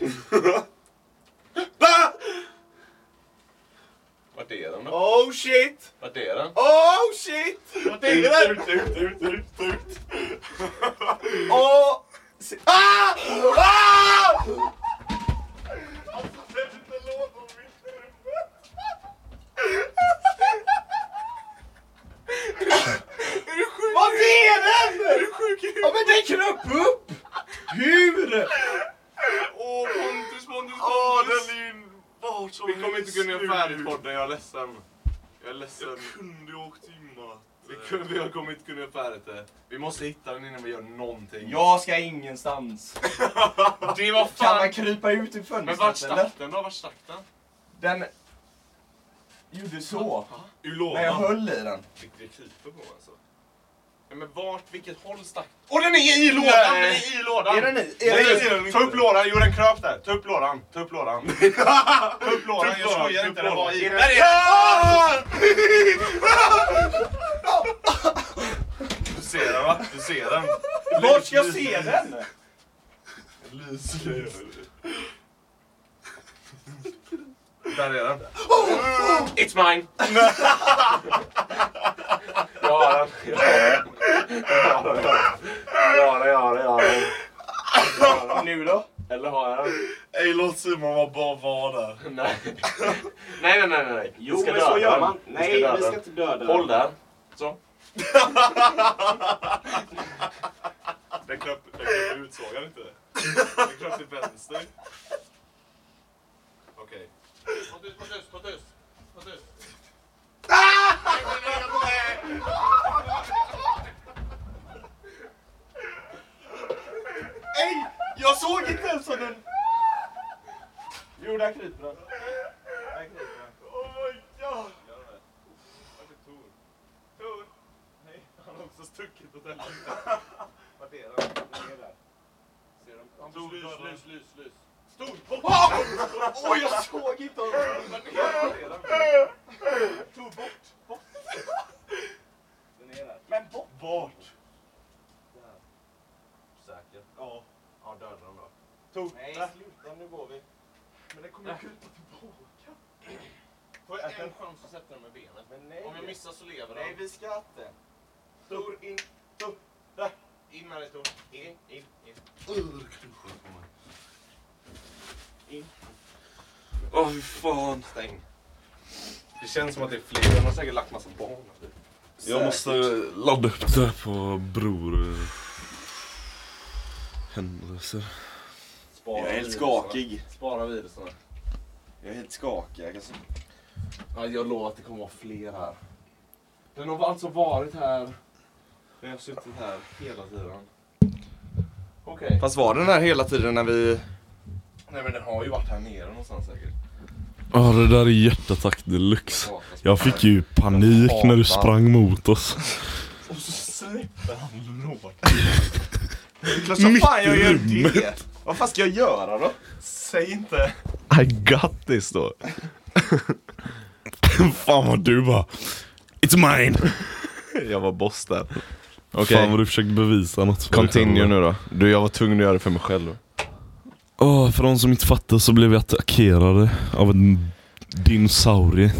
Speaker 1: Vart är den då?
Speaker 3: Oh shit!
Speaker 1: Vart är den?
Speaker 3: Oh shit! Vart är den?
Speaker 2: Ut, ut, ut, ut, ut.
Speaker 3: Åh! Se- Ah! Ah! Vad är den? Är du sjuk Ja men den kröp upp! Hur?
Speaker 2: Åh, Pontus, Pontus,
Speaker 1: Åh,
Speaker 2: Pontus.
Speaker 1: den
Speaker 2: är ju vart som
Speaker 1: Vi kommer inte kunna göra färdigt podden, jag är ledsen. Jag är
Speaker 2: Jag
Speaker 1: ledsen.
Speaker 2: kunde ju åkt timmat.
Speaker 1: Vi, kunde, vi har kommit inte kunna göra färdigt det. Vi måste hitta den innan vi gör någonting.
Speaker 3: Jag ska ingenstans.
Speaker 1: det var
Speaker 3: Kan man krypa ut ur fönstret
Speaker 1: Men vart
Speaker 3: eller?
Speaker 1: stack den då? Vart stack den?
Speaker 3: Den gjorde så.
Speaker 1: Du
Speaker 3: Men jag
Speaker 1: lovar.
Speaker 3: höll i den.
Speaker 1: Fick det kryper på alltså. Nej, men vart, vilket håll stack
Speaker 2: Och den är i
Speaker 1: lådan? Den är i lådan!
Speaker 3: Är den i? Är
Speaker 1: Nej,
Speaker 3: den
Speaker 2: det är den
Speaker 1: Ta upp
Speaker 2: inte.
Speaker 1: lådan, jo den kröp där. Ta upp lådan, [laughs] ta upp lådan. ta upp lådan, jag
Speaker 2: lådan,
Speaker 1: skojar
Speaker 2: ta
Speaker 1: inte.
Speaker 2: upp
Speaker 1: Den var
Speaker 2: lådan.
Speaker 1: i.
Speaker 2: Är
Speaker 1: Där
Speaker 2: den-
Speaker 1: är den! Du ser den va? Du ser den.
Speaker 3: Vart ska jag se den?
Speaker 2: Lyser.
Speaker 1: Där är den. It's mine! jag har den. Jag har den. Jag har den, jag har den, jag har den.
Speaker 3: Nu då?
Speaker 1: Eller har jag den?
Speaker 2: Ey, låt Simon vara bara vara där.
Speaker 1: Nej. Nej, nej, nej, nej. Vi
Speaker 4: Jo,
Speaker 1: ska
Speaker 4: men
Speaker 1: döda
Speaker 4: så gör
Speaker 1: den.
Speaker 4: man.
Speaker 1: Vi
Speaker 4: Nej,
Speaker 1: döda
Speaker 4: vi ska
Speaker 1: den.
Speaker 4: inte döda
Speaker 1: Håll
Speaker 4: den.
Speaker 1: där. Så.
Speaker 2: Den knappt den knappt ut, såg han inte det? Den knappt till vänster.
Speaker 1: Okej. Pontus, Pontus, Pontus. Pontus.
Speaker 3: Ey! Jag såg inte ens vad den... Jo, där kryper den. Där kryper den.
Speaker 2: Oh my god! Vart är Tor? Tor? Nej, han har också stuckit åt helvete.
Speaker 3: Vart är den? Den är där. Ser du? Han
Speaker 2: Tor, lys, lys, lys, lys. Stor!
Speaker 3: Oj, jag såg inte honom! Tog bort! Bort! Den är där. Men bort!
Speaker 2: Vart?
Speaker 1: Säker.
Speaker 2: Ja.
Speaker 1: Ja, döda den då.
Speaker 2: Tor,
Speaker 3: Nej,
Speaker 2: där.
Speaker 3: sluta nu går vi.
Speaker 2: Men den kommer kuta tillbaka.
Speaker 1: Får jag en chans att sätta den med benet?
Speaker 3: Men nej.
Speaker 1: Om jag missar så lever
Speaker 3: Nej,
Speaker 1: den.
Speaker 3: vi ska inte.
Speaker 1: Tor, in. Tor. Där. In med dig Tor. In, in, in.
Speaker 2: Åh, fy fan.
Speaker 1: Stäng. Det känns som att det är fler. De har säkert lagt massa barn.
Speaker 2: Jag måste ladda upp det här på bror... eh, Händelser.
Speaker 1: Spara
Speaker 4: Jag är helt
Speaker 1: viruserna.
Speaker 4: skakig.
Speaker 1: Spara viruserna.
Speaker 4: Jag är helt skakig. Jag kan så-
Speaker 1: Ja, jag lovar att det kommer vara fler här. Den har alltså varit här. Den har suttit här hela tiden. Okej.
Speaker 4: Fast var den här hela tiden när vi...
Speaker 1: Nej men den har ju varit här nere någonstans säkert.
Speaker 2: Ja, det där är hjärtattack deluxe.
Speaker 1: Ja,
Speaker 2: Jag fick ju panik när du sprang mot oss.
Speaker 1: Och så släpper han lådan.
Speaker 4: Klart som fan jag gör
Speaker 2: Mitt i
Speaker 4: det! Vad fan ska jag göra då?
Speaker 1: Säg inte.
Speaker 2: [laughs] I got this då. fan vad du bara... It's mine!
Speaker 1: Jag var boss där.
Speaker 2: Fan
Speaker 1: Okej,
Speaker 2: vad du försökte bevisa något för dig
Speaker 1: continue
Speaker 2: själv.
Speaker 1: nu då. Du, jag var tvungen att göra det för mig själv.
Speaker 2: Åh, för de som inte fattar så blev vi attackerade av en dinosaurie.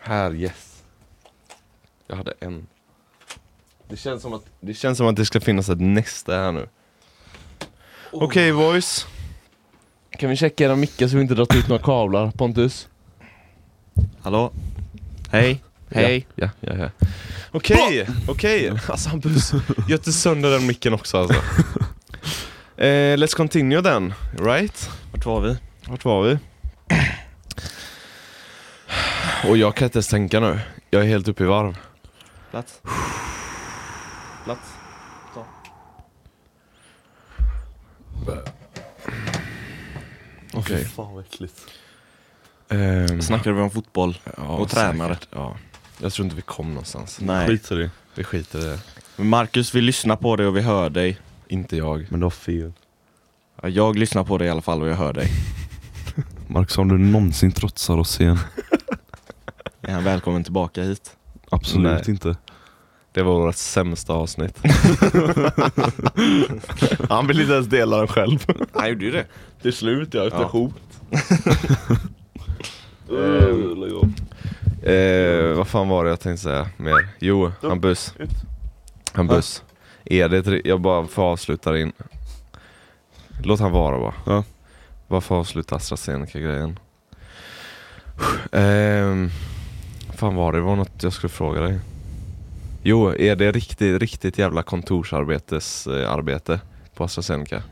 Speaker 1: Här, yes. Jag hade en. Det känns som att det, känns som att det ska finnas ett nästa här nu. Okej boys. Kan vi checka era mickar så vi inte drar ut några kablar? Pontus?
Speaker 3: Hallå? Hej? Hej?
Speaker 1: Ja, ja, ja. Okej, okej. Alltså Hampus, götte sönder den micken också [laughs] alltså. Eh, let's continue then, right?
Speaker 3: Vart var vi?
Speaker 1: Vart var vi? Och jag kan inte ens tänka nu. Jag är helt uppe i varv.
Speaker 3: Plats? Plats?
Speaker 1: Okej.
Speaker 2: Fan vad äckligt.
Speaker 1: Ehm,
Speaker 3: Snackade vi om fotboll?
Speaker 1: ja,
Speaker 3: och tränare.
Speaker 1: säkert, Ja. Jag tror inte vi kom någonstans.
Speaker 3: Nej.
Speaker 2: Skit i det.
Speaker 1: Vi skiter i det.
Speaker 3: Men Marcus, vi lyssnar på dig och vi hör dig.
Speaker 1: Inte jag.
Speaker 2: Men du har fel.
Speaker 3: Ja, Jag lyssnar på dig i alla fall och jag hör dig.
Speaker 2: Marcus, om du någonsin trotsar oss igen?
Speaker 3: Är han välkommen tillbaka hit?
Speaker 2: Absolut
Speaker 1: Nej.
Speaker 2: inte.
Speaker 1: Det var vårt sämsta avsnitt. [laughs] Han vill inte ens dela den själv.
Speaker 3: Han gjorde ju det.
Speaker 1: Till slut ja,
Speaker 3: efter
Speaker 1: hot. Eh, vad fan var det jag tänkte säga mer? Jo, Hampus.
Speaker 2: ut.
Speaker 1: Hampus. Är E, det ett, ri- jag bara får avsluta det in. Låt han vara bara.
Speaker 2: Ja.
Speaker 1: Bara få avsluta AstraZeneca-grejen. Ehm, fan var det? Det var något jag skulle fråga dig. Jo, är det riktigt, riktigt jävla kontorsarbetes eh, arbete på AstraZeneca?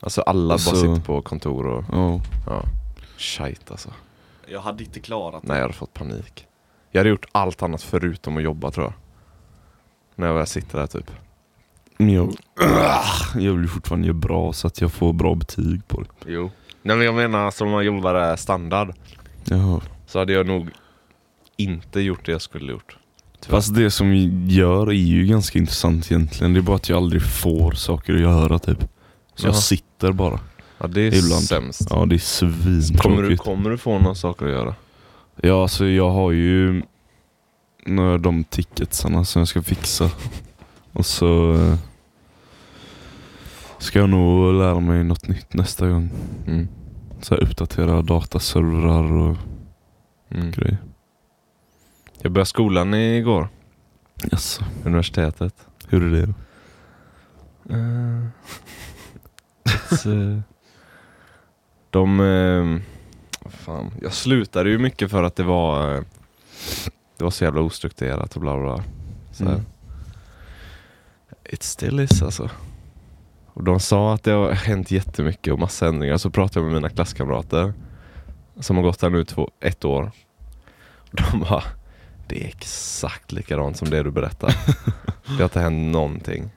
Speaker 1: Alltså alla
Speaker 2: Alltså-
Speaker 1: bara sitter på kontor och...
Speaker 2: Ja.
Speaker 1: Ja. Shit alltså.
Speaker 3: Jag hade inte klarat
Speaker 1: Nej, jag hade fått panik. Jag hade gjort allt annat förutom att jobba tror jag. När jag väl sitter där typ.
Speaker 2: Men jag, jag vill ju fortfarande göra bra så att jag får bra betyg på det.
Speaker 1: Jo. Nej men jag menar som man jobbar där standard.
Speaker 2: Jaha.
Speaker 1: Så hade jag nog inte gjort det jag skulle gjort.
Speaker 2: Fast det som vi gör är ju ganska intressant egentligen. Det är bara att jag aldrig får saker att göra typ. Så
Speaker 1: Jaha.
Speaker 2: jag sitter bara.
Speaker 1: Ja det är
Speaker 2: Ibland.
Speaker 1: sämst.
Speaker 2: Ja det är
Speaker 1: Kommer du,
Speaker 2: svintråkigt.
Speaker 1: kommer du få några saker att göra?
Speaker 2: Ja alltså jag har ju några de ticketsarna som jag ska fixa. Och så eh, ska jag nog lära mig något nytt nästa gång.
Speaker 1: Mm.
Speaker 2: Så här, uppdatera dataservrar och
Speaker 1: Mm.
Speaker 2: grejer.
Speaker 1: Jag började skolan igår.
Speaker 2: Jaså,
Speaker 1: Universitetet.
Speaker 2: hur är det då?
Speaker 1: Eh, it's, eh, De... eh, vad Fan. Jag slutade ju mycket för att det var... eh, Det var så jävla ostrukturerat och bla bla. bla. Så här.
Speaker 2: Mm.
Speaker 1: It still is alltså. Och de sa att det har hänt jättemycket och massa ändringar. Så pratade jag med mina klasskamrater som har gått där nu två, ett år. Och de bara, det är exakt likadant som det du berättar. det har inte hänt någonting.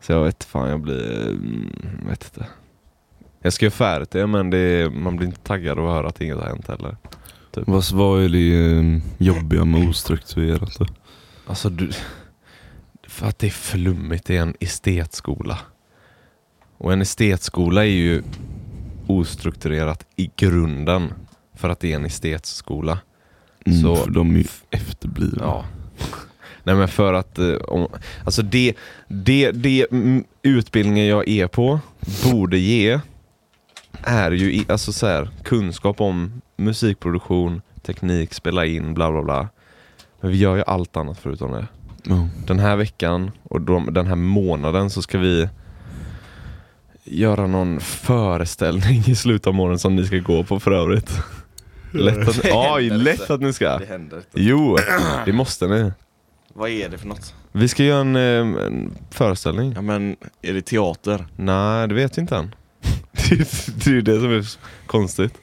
Speaker 1: Så jag vet fan, jag blir, mm, vet inte. Jag ska göra färdigt det men det, är- man blir inte taggad av att höra att inget har hänt heller.
Speaker 2: Vad, vad är det eh, jobbiga med ostrukturerat då?
Speaker 1: Alltså du... För att det är flummigt, det är en estetskola. Och en estetskola är ju ostrukturerat i grunden. För att det är en estetskola.
Speaker 2: Mm,
Speaker 1: Så-
Speaker 2: För de är ju efterblivna.
Speaker 1: Ja. Nej men för att, eh, om, alltså det, det, det mm, utbildningen jag är på borde ge är ju i, alltså så här, kunskap om musikproduktion, teknik, spela in, bla bla bla. Men vi gör ju allt annat förutom det.
Speaker 2: Ja.
Speaker 1: den här veckan och de, den här månaden så ska vi göra någon föreställning i slutet av månaden som ni ska gå på för övrigt. Lätt att, oj, lätt att ni ska.
Speaker 3: Det händer inte.
Speaker 1: Jo, det måste ni.
Speaker 3: Vad är det för något?
Speaker 1: Vi ska göra en, eh, en föreställning.
Speaker 3: Ja men, är det teater?
Speaker 1: Nej, det vet vi inte än. [laughs] Det är- det är ju det som är så konstigt.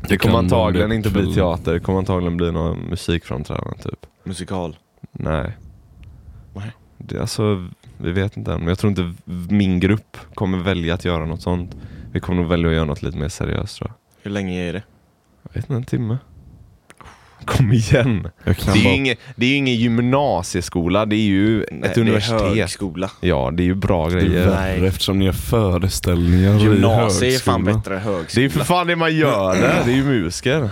Speaker 1: Det
Speaker 2: Jag
Speaker 1: kommer
Speaker 2: kan
Speaker 1: antagligen
Speaker 2: det
Speaker 1: inte bli
Speaker 2: kväll.
Speaker 1: teater, det kommer antagligen bli någon musikframträdande typ.
Speaker 3: Musikal?
Speaker 1: Nej.
Speaker 3: Nej.
Speaker 1: Det, alltså, vi vet inte än. Men jag tror inte v- min grupp kommer välja att göra något sånt. Vi kommer nog välja att göra något lite mer seriöst tror jag.
Speaker 3: Hur länge är det?
Speaker 1: Jag vet inte, en timme. Kom igen!
Speaker 2: Jag
Speaker 1: Det
Speaker 2: kan
Speaker 1: är ju
Speaker 2: bara...
Speaker 1: ingen, det är ju ingen gymnasieskola, det är ju
Speaker 3: Nej,
Speaker 1: ett
Speaker 3: det är
Speaker 1: universitet.
Speaker 3: högskola.
Speaker 1: ja, det är ju bra
Speaker 2: Det är
Speaker 1: grejer.
Speaker 2: värre eftersom ni har föreställningar
Speaker 3: Gymnasiet är fan
Speaker 2: högskolan.
Speaker 3: bättre än
Speaker 1: Det är
Speaker 3: högskola.
Speaker 1: ju för fan det man gör där, det är ju musiker.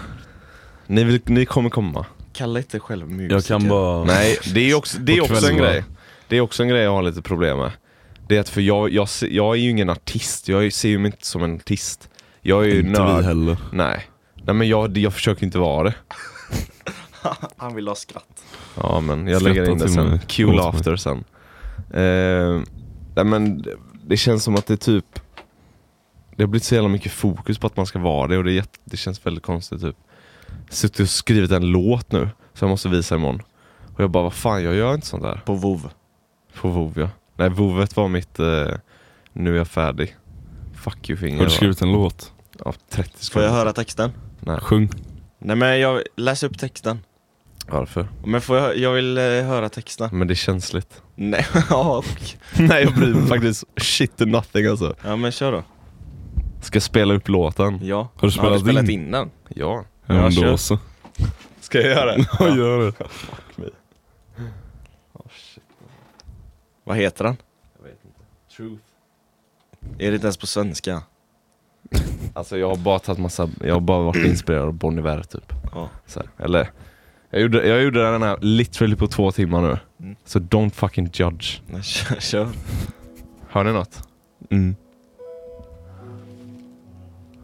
Speaker 1: Ni, vill, ni kommer komma.
Speaker 3: kallar inte själv musiker.
Speaker 2: Jag kan bara...
Speaker 1: Nej, det är också, det är också
Speaker 2: På
Speaker 1: en
Speaker 2: kvällen bara.
Speaker 1: grej. Det är också en grej jag har lite problem med. Det är att för jag, jag, se- jag är ju ingen artist, jag ser ju mig inte som en artist. Jag är ju
Speaker 2: Inte vi
Speaker 1: nörd.
Speaker 2: heller.
Speaker 1: Nej. Nej men jag, jag försöker inte vara det.
Speaker 3: Han vill ha skratt.
Speaker 1: Ja men jag
Speaker 2: Skratta
Speaker 1: lägger in det
Speaker 2: till
Speaker 1: sen.
Speaker 2: mig.
Speaker 1: Cool
Speaker 2: Förlåt mig.
Speaker 1: after sen. Eh, nej men det- det känns som att det är typ Det har blivit så jävla mycket fokus på att man ska vara det och det, är jätte, det känns väldigt konstigt typ. Suttit och skrivit en låt nu som jag måste visa imorgon. Och jag bara, vad fan jag gör inte sånt där.
Speaker 3: På vov.
Speaker 1: På vov ja. Nej vovet var mitt eh, nu är jag färdig. Fuck you finger.
Speaker 2: Har du
Speaker 1: va?
Speaker 2: skrivit en låt?
Speaker 1: Ja, 30
Speaker 3: Får
Speaker 1: sekunder.
Speaker 3: jag höra texten?
Speaker 1: Nej,
Speaker 2: Sjung.
Speaker 3: Nej men jag, läs upp texten.
Speaker 1: varför?
Speaker 3: Men får jag, jag vill eh, höra texten.
Speaker 1: Men det är känsligt. [laughs]
Speaker 3: Nej, [laughs] ja, och-
Speaker 1: Nej jag bryr mig faktiskt shit to nothing alltså.
Speaker 3: ja men kör då.
Speaker 1: Ska jag spela upp låten?
Speaker 3: Ja.
Speaker 2: Har du
Speaker 3: Ja,
Speaker 2: spelat
Speaker 3: spelat
Speaker 2: in?
Speaker 3: in den?
Speaker 1: Ja.
Speaker 2: Ja,
Speaker 3: Ja,
Speaker 2: men
Speaker 3: kör.
Speaker 2: då så.
Speaker 1: Ska jag göra det?
Speaker 2: Ja, gör det.
Speaker 3: Vad heter den?
Speaker 1: Truth.
Speaker 3: Är det inte ens på svenska?
Speaker 1: Alltså jag har bara tagit massa, jag har bara varit inspirerad av Bon Iver typ.
Speaker 3: Ja.
Speaker 1: Så här. Eller, jag gjorde, jag gjorde den här literally på två timmar nu.
Speaker 3: Mm.
Speaker 1: Så don't fucking judge.
Speaker 3: Nej, [laughs] kör, kör.
Speaker 1: Hör ni något?
Speaker 2: Mm.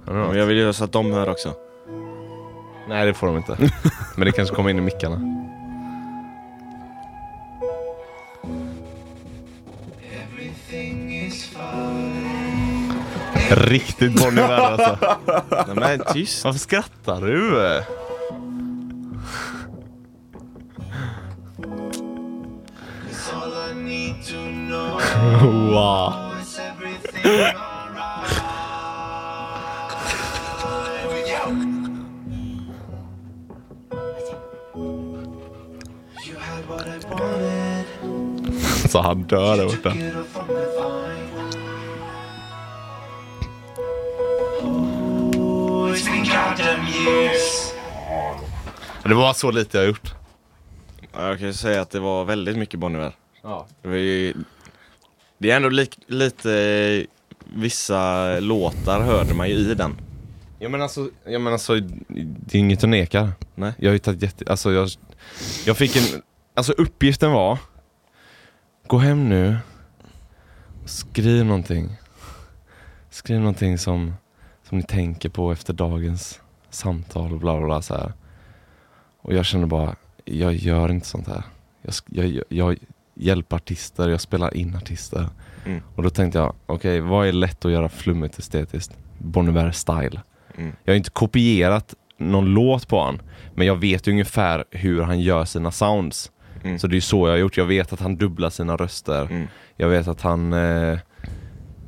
Speaker 1: Hör ni
Speaker 3: Ja,
Speaker 1: något?
Speaker 3: men jag vill ju så att de hör också.
Speaker 1: Nej det får de inte. Men det kanske kommer in i mickarna. Riktigt Bon Iver alltså.
Speaker 3: Nej men tyst.
Speaker 1: Varför skrattar du? Wow. Så Alltså, han dör där borta. Det var så lite jag gjort.
Speaker 3: Ja, Jag kan ju säga att det var väldigt mycket Bon Iver. Det, var ju, det är ändå lik, lite... eh, Vissa låtar hörde man ju i den.
Speaker 1: Jag menar alltså, jag menar alltså det är inget att neka.
Speaker 3: Nej.
Speaker 1: Jag har ju tagit jätte, alltså jag, jag fick en, alltså uppgiften var, gå hem nu och skriv någonting. Skriv någonting som, som ni tänker på efter dagens samtal och bla bla bla så här. Och jag kände bara, jag gör inte sånt här. Jag, sk- jag, jag hjälper artister, jag spelar in artister.
Speaker 3: Mm.
Speaker 1: Och då tänkte jag, okej vad är lätt att göra flummigt estetiskt? Bon Iver style.
Speaker 3: Mm.
Speaker 1: Jag har inte kopierat någon låt på han, men jag vet ju ungefär hur han gör sina sounds.
Speaker 3: Mm.
Speaker 1: Så det är ju så jag har gjort. Jag vet att han dubblar sina röster.
Speaker 3: Mm.
Speaker 1: Jag vet att han eh,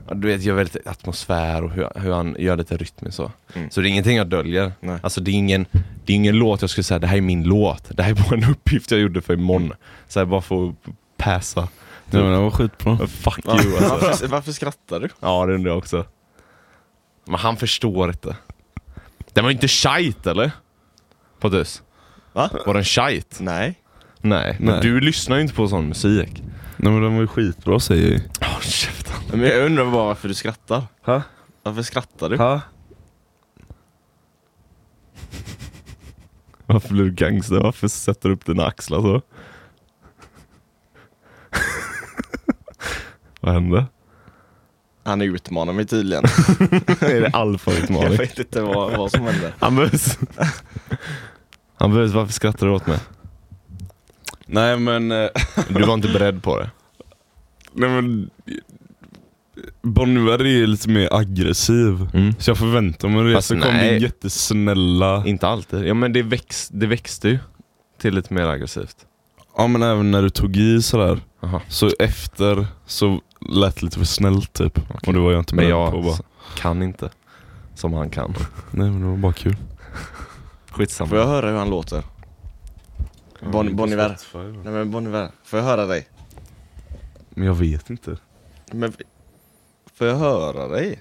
Speaker 1: ja, du vet, gör väldigt atmosfär och hur, hur han gör lite rytm och så.
Speaker 3: Mm.
Speaker 1: Så det är ingenting jag döljer.
Speaker 3: Nej.
Speaker 1: Alltså det är, ingen, det är ingen låt jag skulle säga, det här är min låt. Det här är bara en [laughs] uppgift jag gjorde för imorgon. Så här, bara för att passa.
Speaker 2: Nej, men det var skitbra.
Speaker 1: Fuck you alltså.
Speaker 3: Varför, varför skrattar du?
Speaker 1: Ja, det undrar jag också. Men han förstår inte. Den var ju inte shite eller? Pontus?
Speaker 3: Va?
Speaker 1: Var den shite?
Speaker 3: Nej.
Speaker 1: Nej, men
Speaker 2: Nej.
Speaker 1: du lyssnar ju inte på sån musik.
Speaker 2: Nej men den var ju skitbra säger jag ju.
Speaker 1: Åh, käften.
Speaker 3: Men jag undrar bara varför du skrattar.
Speaker 2: Ha?
Speaker 3: Varför skrattar du?
Speaker 2: Ha?
Speaker 1: Varför blir du gangster? Varför sätter du upp dina axlar så? [laughs] Vad hände?
Speaker 3: Han utmanar mig
Speaker 1: [laughs]
Speaker 3: tydligen. [laughs]
Speaker 1: är det
Speaker 3: jag
Speaker 1: alfautmaning?
Speaker 3: vet inte vad, vad som händer.
Speaker 1: Han [laughs] behövs. Han behövs, varför skrattar du åt mig?
Speaker 2: Nej men... eh,
Speaker 1: Du var inte beredd på det.
Speaker 2: Nej men... Bon Iver är ju lite mer aggressiv.
Speaker 1: Mm.
Speaker 2: Så jag förväntar mig det.
Speaker 1: Fast
Speaker 2: så kom det
Speaker 1: nej.
Speaker 2: jättesnälla...
Speaker 1: Inte alltid. Ja men det, väx, det växte ju till lite mer aggressivt.
Speaker 2: Ja men även när du tog i sådär.
Speaker 1: Aha.
Speaker 2: Så efter så lät det lite för snällt typ. Och det var jag inte
Speaker 1: Men
Speaker 2: beredd
Speaker 1: jag
Speaker 2: på bara.
Speaker 1: kan inte som han kan.
Speaker 2: Nej men det var bara kul.
Speaker 1: Skitsamma.
Speaker 3: Får jag höra hur han låter? Bon, bon Iver. Nej men Bon Iver. Får jag höra dig?
Speaker 2: Men jag vet inte.
Speaker 3: Men, får jag höra dig?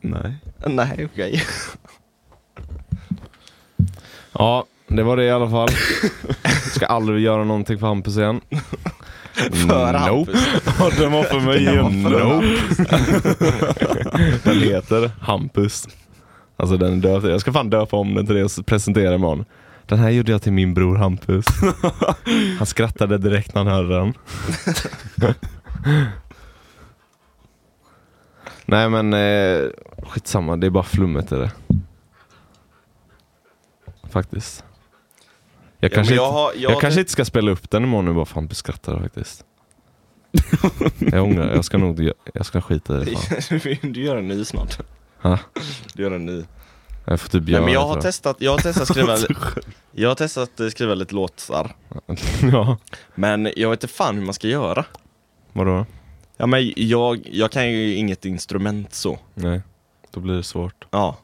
Speaker 2: Nej.
Speaker 3: Nej okej. [laughs]
Speaker 1: Ja, det var det i alla fall. [laughs] Ska aldrig göra någonting för Hampus igen.
Speaker 3: För
Speaker 1: nope.
Speaker 3: Hampus.
Speaker 2: Ja, den var för mig igen.
Speaker 1: Nope. den heter Hampus. Alltså den är döpt. Jag ska fan döpa om den till det och s- presentera imorgon. Den här gjorde jag till min bror
Speaker 3: [laughs]
Speaker 1: Hampus. Han skrattade direkt när han hörde den. Nej men eh, skitsamma, det är bara flummet är det. Faktiskt. Jag
Speaker 3: Ja,
Speaker 1: kanske,
Speaker 3: men jag
Speaker 1: inte,
Speaker 3: har-
Speaker 1: jag
Speaker 3: jag-
Speaker 1: kanske inte ska spela upp den imorgon nu bara för Hampus skrattar
Speaker 3: [laughs]
Speaker 1: faktiskt. jag ångrar, jag ska nog gö- jag ska skita i det.
Speaker 3: [laughs]
Speaker 1: Fan.
Speaker 3: du gör en ny snart.
Speaker 1: Ha?
Speaker 3: Du gör en ny.
Speaker 1: Jag får typ
Speaker 3: Nej,
Speaker 1: göra
Speaker 3: men jag
Speaker 1: det,
Speaker 3: har
Speaker 1: tror
Speaker 3: testat, jag har testat skriva, jag har testat eh, skriva lite låtar.
Speaker 1: jag. [laughs] Ja,
Speaker 3: Men jag vet inte fan hur man ska göra.
Speaker 1: vadå?
Speaker 3: Ja, men jag, jag kan ju inget instrument så.
Speaker 1: Nej, då blir det svårt.
Speaker 3: Ja.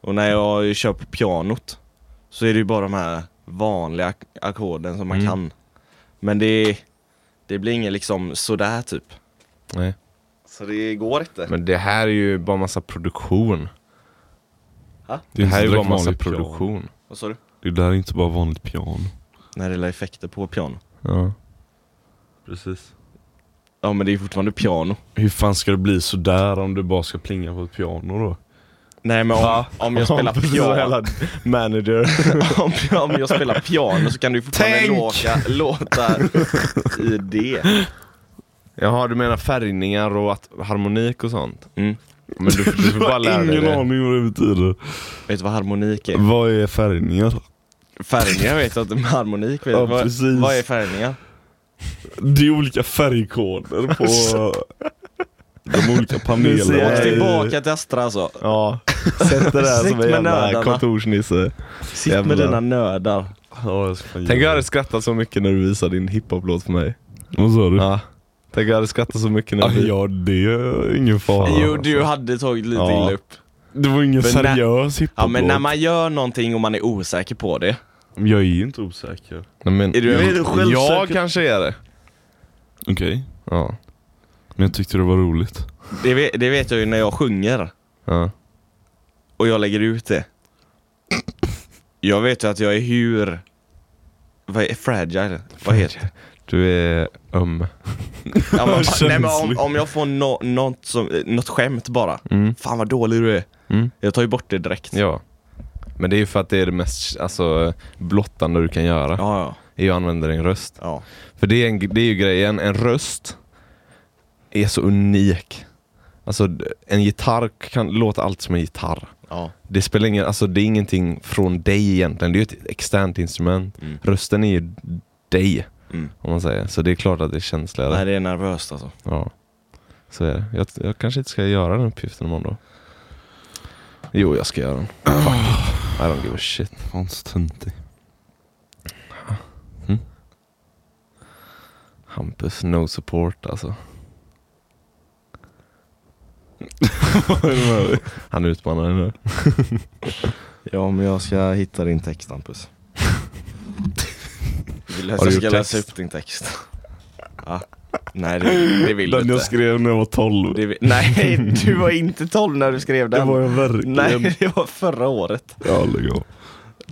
Speaker 3: Och när jag kör på pianot så är det ju bara de här vanliga ak- ackorden som man
Speaker 1: Mm.
Speaker 3: kan. Men det, det blir inget liksom sådär typ.
Speaker 1: Nej.
Speaker 3: Så det går inte.
Speaker 1: Men det här är ju bara massa produktion.
Speaker 2: Det
Speaker 1: Det
Speaker 2: är inte
Speaker 1: här är ju bara
Speaker 2: direkt
Speaker 1: massa
Speaker 2: vanligt piano.
Speaker 1: produktion.
Speaker 3: Vad sa du?
Speaker 2: Det där är inte bara vanligt piano.
Speaker 3: När det är effekter på piano.
Speaker 1: Ja.
Speaker 2: Precis.
Speaker 3: Ja men det är fortfarande piano.
Speaker 2: Hur fan ska det bli sådär om du bara ska plinga på ett piano då?
Speaker 3: Nej men om, om jag spelar [laughs] piano
Speaker 1: manager.
Speaker 3: om, om jag spelar piano så kan du ju fortfarande
Speaker 2: Tänk!
Speaker 3: låta, låta i det.
Speaker 1: Jaha, du menar färgningar och att, harmonik och sånt?
Speaker 3: Mm.
Speaker 1: Men du, du
Speaker 2: [laughs]
Speaker 1: får
Speaker 2: Jag
Speaker 1: bara lära
Speaker 2: har
Speaker 1: dig
Speaker 2: ingen
Speaker 1: det.
Speaker 2: aning vad det betyder.
Speaker 3: Vet du vad harmonik är?
Speaker 2: Vad är färgningar?
Speaker 3: Färgningar vet jag inte, men harmonik vet
Speaker 2: Ja,
Speaker 3: jag. Vad,
Speaker 2: precis.
Speaker 3: vad är färgningar?
Speaker 2: Det är olika färgkoder på de olika
Speaker 1: Alltså. Nu ser
Speaker 2: panelerna.
Speaker 1: jag
Speaker 3: Åk
Speaker 1: Nej.
Speaker 3: tillbaka till Astra alltså.
Speaker 1: Ja, sätt det där som
Speaker 3: Sitt
Speaker 1: en
Speaker 3: med
Speaker 1: jävla
Speaker 3: nördarna.
Speaker 1: kontorsnisse.
Speaker 3: Sitt
Speaker 1: Jävlar.
Speaker 3: med dina nördar.
Speaker 2: Ja, jag ska fan
Speaker 1: Tänk jag
Speaker 2: göra
Speaker 1: hade
Speaker 2: det.
Speaker 1: skrattat så mycket när du visade din hiphop-låt för mig.
Speaker 2: Vad sa du?
Speaker 1: Ja. Tänk jag hade skrattat så mycket när
Speaker 2: Ah,
Speaker 1: du...
Speaker 2: ja, det är ingen fara. Alltså.
Speaker 3: Jo, du hade tagit lite
Speaker 1: alltså. Ja.
Speaker 3: illa upp.
Speaker 2: Det var ingen
Speaker 3: Men när-
Speaker 2: seriös hiphop
Speaker 3: Ja, men när man gör någonting och man är osäker på det.
Speaker 2: Jag är inte osäker.
Speaker 1: Nej, men,
Speaker 3: Är du-
Speaker 1: jag,
Speaker 3: är du självsäker?
Speaker 1: jag kanske är det.
Speaker 2: Okej,
Speaker 1: Ja.
Speaker 2: men jag tyckte det var roligt.
Speaker 3: Det vet, det vet jag ju när jag sjunger
Speaker 1: ja.
Speaker 3: och jag lägger ut det. Jag vet ju att jag är hur... Vad är fragile? Vad heter det?
Speaker 1: Du är öm.
Speaker 3: Ja, men, fan, nej, men om,
Speaker 2: Känslig.
Speaker 3: om jag får nå- något, som, eh, något skämt bara.
Speaker 1: Mm.
Speaker 3: Fan vad dålig du är.
Speaker 1: Mm.
Speaker 3: Jag tar ju bort det direkt.
Speaker 1: Ja. Men det är ju för att det är det mest alltså, blottande du kan göra.
Speaker 3: ja, ja.
Speaker 1: Är att använda din röst.
Speaker 3: ja.
Speaker 1: För det är, en, det är ju grejen, en röst är så unik. Alltså d- en gitarr kan låta allt som en gitarr.
Speaker 3: ja.
Speaker 1: Det spelar ingen, alltså det är ingenting från dig egentligen. Det är ju ett externt instrument.
Speaker 3: Mm.
Speaker 1: Rösten är ju dig,
Speaker 3: Mm.
Speaker 1: om man säger. Så det är klart att det är känsligare.
Speaker 3: Nej, det är nervöst alltså.
Speaker 1: Ja, så är det. Jag, jag kanske inte ska göra den uppgiften imorgon då. Jo, jag ska göra den. Fuck it. I don't give a shit.
Speaker 2: Fan så töntig.
Speaker 1: Hampus, no support [laughs] alltså. Han utmanar dig nu.
Speaker 3: Ja, men jag ska hitta din text Hampus. [laughs] Vill du att
Speaker 1: Har du gjort
Speaker 3: jag ska läsa
Speaker 1: text?
Speaker 3: upp din text? [laughs] Ja. Nej, det, det vill du
Speaker 2: Den jag
Speaker 3: inte.
Speaker 2: skrev när jag var 12.
Speaker 3: Det, vi- nej, [laughs] du var inte 12 när du skrev
Speaker 2: Det
Speaker 3: den.
Speaker 2: var jag verkligen.
Speaker 3: [laughs] nej, det var förra året.
Speaker 2: Ja, lägg av.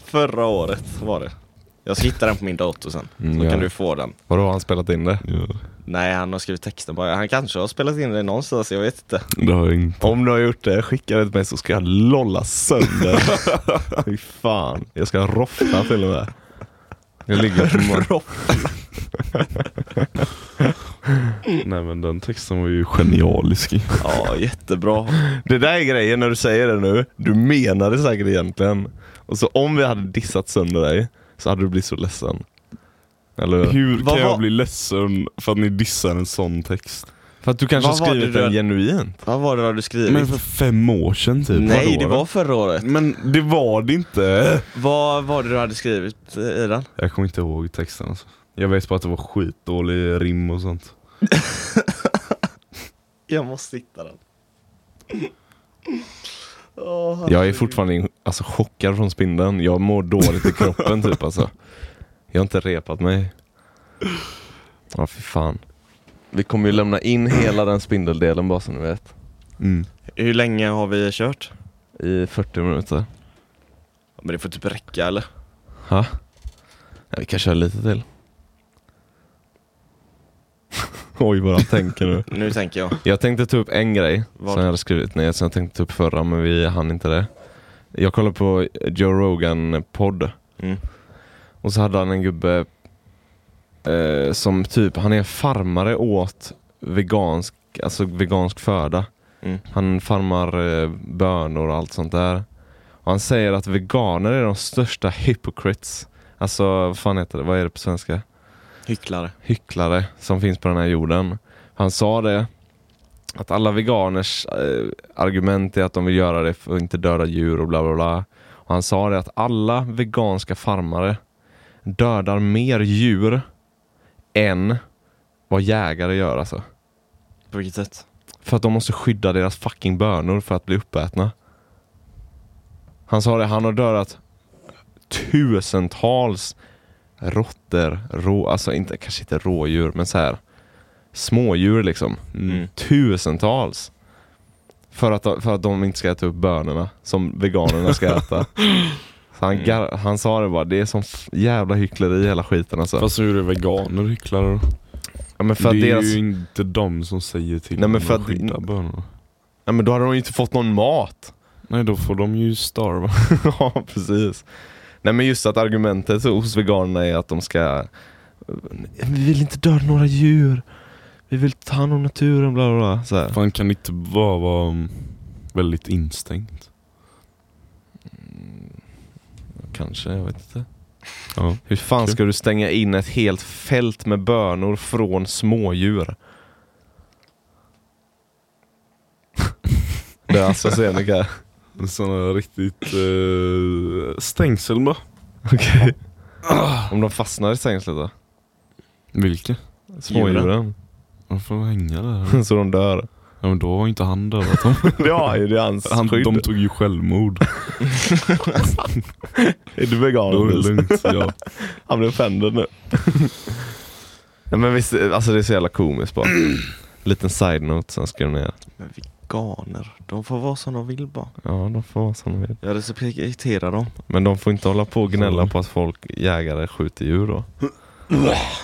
Speaker 3: Förra året var det. Jag ska hitta den på min dator sen.
Speaker 1: Mm,
Speaker 3: så
Speaker 1: ja.
Speaker 3: kan du få den.
Speaker 1: Vadå, har han spelat in det?
Speaker 2: Ja,
Speaker 3: Nej, han har skrivit texten bara. Han kanske har spelat in det någonstans, jag vet inte.
Speaker 2: det har jag inte.
Speaker 1: Om du har gjort det, skicka det till mig så ska jag lolla [laughs] sönder. Fy fan. Jag ska roffa till och med. Jag ligger på morgonen.
Speaker 2: Nej men den texten var ju genialisk.
Speaker 3: Ja, jättebra.
Speaker 1: Det där är grejen när du säger det nu. Du menar det säkert egentligen. Och så om vi hade dissat sönder dig så hade du blivit så ledsen. Eller hur?
Speaker 2: Hur
Speaker 3: Vad
Speaker 2: kan
Speaker 3: var-
Speaker 2: jag bli ledsen för att ni dissar en sån text?
Speaker 1: För att du kanske
Speaker 3: Vad
Speaker 1: har
Speaker 3: var
Speaker 1: skrivit
Speaker 3: det du-
Speaker 1: den genuint.
Speaker 3: Vad var det du hade skrivit?
Speaker 2: Men för fem år sedan typ.
Speaker 3: Typ. nej,
Speaker 2: Vadå?
Speaker 3: det var förra året.
Speaker 2: Men det var det inte.
Speaker 3: Vad var det du hade skrivit eh, i den?
Speaker 2: Jag kommer inte ihåg texten alltså. Jag vet bara att det var skitdålig rim och sånt.
Speaker 3: Jag måste hitta den.
Speaker 1: Jag är fortfarande in- alltså, chockad från spindeln. Jag mår [laughs] dåligt i kroppen typ alltså. Jag har inte repat mig. Ja, fy fan. Vi kommer ju lämna in hela den spindeldelen bara så ni vet.
Speaker 2: Mm.
Speaker 3: Hur länge har vi kört?
Speaker 1: I 40 minuter.
Speaker 3: Men det får typ räcka eller?
Speaker 1: Ha? Ja, vi kan köra lite till. Oj vad han tänker nu.
Speaker 3: Nu tänker jag.
Speaker 1: Jag tänkte ta upp en grej
Speaker 3: Vad?
Speaker 1: som jag hade skrivit ner som jag tänkte ta upp förra men vi hann inte det. Jag kollar på Joe Rogan podd.
Speaker 3: Mm.
Speaker 1: Och så hade han en gubbe eh, som typ, han är farmare åt vegansk, alltså vegansk föda.
Speaker 3: Mm.
Speaker 1: Han farmar eh, bönor och allt sånt där. Och han säger att veganer är de största hypocrites. Alltså, vad fan heter det? Vad är det på svenska?
Speaker 3: Hycklare.
Speaker 1: hycklare som finns på den här jorden. Han sa det, att alla veganers eh, argument är att de vill göra det för att inte döda djur och bla bla bla. Och han sa det att alla veganska farmare dödar mer djur än vad jägare gör alltså.
Speaker 3: På vilket sätt?
Speaker 1: För att de måste skydda deras fucking bönor för att bli uppätna. Han sa det, han har dödat tusentals råttor, rå, alltså inte, kanske inte rådjur, men så här smådjur liksom.
Speaker 3: Mm.
Speaker 1: Tusentals. För att, de- för att de inte ska äta upp bönorna som veganerna ska
Speaker 2: [laughs]
Speaker 1: äta. Så
Speaker 2: Mm.
Speaker 1: han, gar, han sa det bara, det är som f- jävla hyckleri i hela skiten alltså.
Speaker 2: Fast hur är veganer hycklare då?
Speaker 1: ja, men för att
Speaker 2: det är
Speaker 1: deras,
Speaker 2: ju inte de som säger till
Speaker 1: Nej, men
Speaker 2: dem
Speaker 1: för
Speaker 2: att
Speaker 1: att-
Speaker 2: skydda bönorna.
Speaker 1: ja, men då hade de ju inte fått någon mat.
Speaker 2: Nej då får de ju [laughs] starva.
Speaker 1: [laughs] Ja, precis. Nej men just att argumentet hos veganerna är att de ska Vi vill inte döda några djur. Vi vill ta hand om naturen, bla bla bla. Så här.
Speaker 2: Fan kan det inte bara vara mm, väldigt instängt?
Speaker 1: Kanske, jag vet inte.
Speaker 2: Ja.
Speaker 1: Hur fan
Speaker 2: Kul.
Speaker 1: ska du stänga in ett helt fält med bönor från [laughs] smådjur? Det är alltså AstraZeneca.
Speaker 2: Sådana riktigt eh, stängsel bara.
Speaker 1: [laughs] Okej. Om de fastnar i stängslet då?
Speaker 2: Vilka?
Speaker 1: Smådjuren. [laughs]
Speaker 2: Varför hänga där?
Speaker 1: Så de dör.
Speaker 2: Ja men då har inte han [laughs] dödat dem.
Speaker 1: [laughs] Ja, det är hans
Speaker 2: Han, de tog ju självmord.
Speaker 1: Är du vegan?
Speaker 2: Då är det lugnt. [laughs] Ja.
Speaker 1: Han blev offended [laughs] nu. Nej men visst, alltså det är så jävla komiskt bara. [clears throat] Liten side-note sen skrev jag ner.
Speaker 3: Men veganer, de får vara som de vill bara.
Speaker 1: Ja, de får vara som de vill.
Speaker 3: Jag hade så irritera dem.
Speaker 1: Men de får inte hålla på och gnälla på att folk, jägare, skjuter djur då.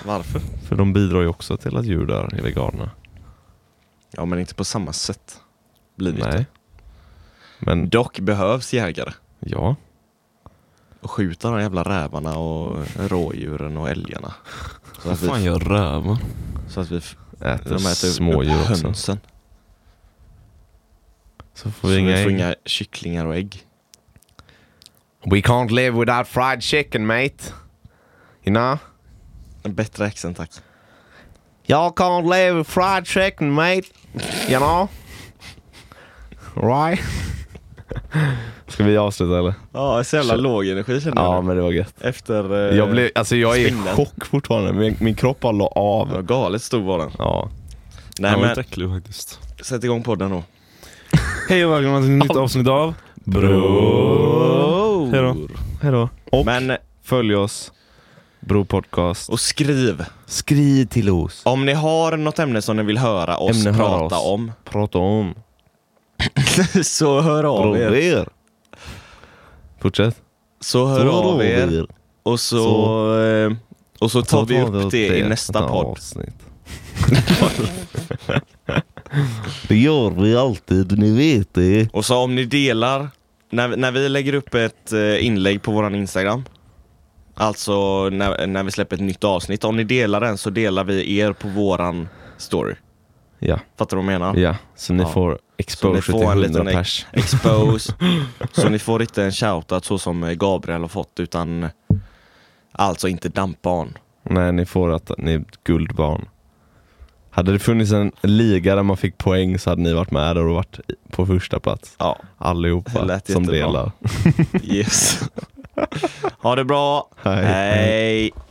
Speaker 3: Varför?
Speaker 1: För de bidrar ju också till att djur dör, är veganerna.
Speaker 3: Ja men inte på samma sätt. Blir det
Speaker 1: Nej.
Speaker 3: inte.
Speaker 1: Men
Speaker 3: Dock behövs jägare.
Speaker 1: ja,
Speaker 3: Och skjuta de jävla rävarna och rådjuren och älgarna. Så att vi,
Speaker 2: Fan jag rävar.
Speaker 3: så att vi
Speaker 1: äter,
Speaker 3: de äter
Speaker 1: smådjur
Speaker 3: upp
Speaker 1: också.
Speaker 3: hönsen.
Speaker 1: Så får
Speaker 3: Så
Speaker 1: vi inga
Speaker 3: vi får
Speaker 1: ägg.
Speaker 3: inga kycklingar och ägg.
Speaker 1: We can't live without fried chicken mate. You know?
Speaker 3: En bättre accent tack.
Speaker 1: Y'all can't live with fried chicken, mate. You know? Right? [laughs] Ska vi avsluta eller?
Speaker 3: Ja, så jävla
Speaker 1: Så-
Speaker 3: låg energi känner jag.
Speaker 1: Ja,
Speaker 3: nu.
Speaker 1: men det var gött.
Speaker 3: Efter... eh,
Speaker 1: Jag, blev, alltså jag är i
Speaker 3: spindeln.
Speaker 1: chock fortfarande. Min, min kropp bara la
Speaker 3: ja,
Speaker 1: av.
Speaker 3: galet stor var den.
Speaker 1: Ja.
Speaker 3: Nej
Speaker 2: han var
Speaker 3: men,
Speaker 2: lite äcklig faktiskt.
Speaker 3: sätt igång podden då.
Speaker 2: Hej och välkomna till ett nytt avsnitt av Bror. Oh. Hej då.
Speaker 1: Hejdå. Och
Speaker 3: Men, eh,
Speaker 1: följ oss. Bro Podcast.
Speaker 3: och skriv.
Speaker 1: skriv till oss.
Speaker 3: Om ni har något ämne som ni vill höra oss
Speaker 1: Ämne höra
Speaker 3: prata
Speaker 1: oss.
Speaker 3: om, [laughs]
Speaker 1: Prata om.
Speaker 3: så hör av
Speaker 1: Rör
Speaker 3: er.
Speaker 1: er. Fortsätt.
Speaker 3: Så hör av er. Och så,
Speaker 1: Så-
Speaker 3: eh, och så tar vi upp det i nästa
Speaker 1: nästa
Speaker 3: podd. [laughs]
Speaker 1: avsnitt. det gör vi alltid, ni vet det.
Speaker 3: Och så om ni delar, när, när vi lägger upp ett eh, inlägg på våran Instagram, alltså när, när vi släpper ett nytt avsnitt, om ni delar den så delar vi er på våran story.
Speaker 1: Ja,
Speaker 3: Fattar du vad jag menar?
Speaker 1: ja. Så ni
Speaker 3: Ja.
Speaker 1: får exposure
Speaker 3: får en
Speaker 1: till
Speaker 3: liten
Speaker 1: 100
Speaker 3: ex-
Speaker 1: pers. [laughs]
Speaker 3: Expose. så ni får inte en shoutout så som eh, Gabriel har fått utan eh, alltså inte dampan.
Speaker 1: Nej, ni får att ni är ett guldbarn. Hade det funnits en liga där man fick poäng så hade ni varit med där och varit i- på första plats. [laughs]
Speaker 3: Ja, Det
Speaker 1: Allihopa
Speaker 3: lät
Speaker 1: som
Speaker 3: jättebra.
Speaker 1: delar.
Speaker 3: yes. [laughs] ha det bra.
Speaker 1: Hej.
Speaker 3: Hej.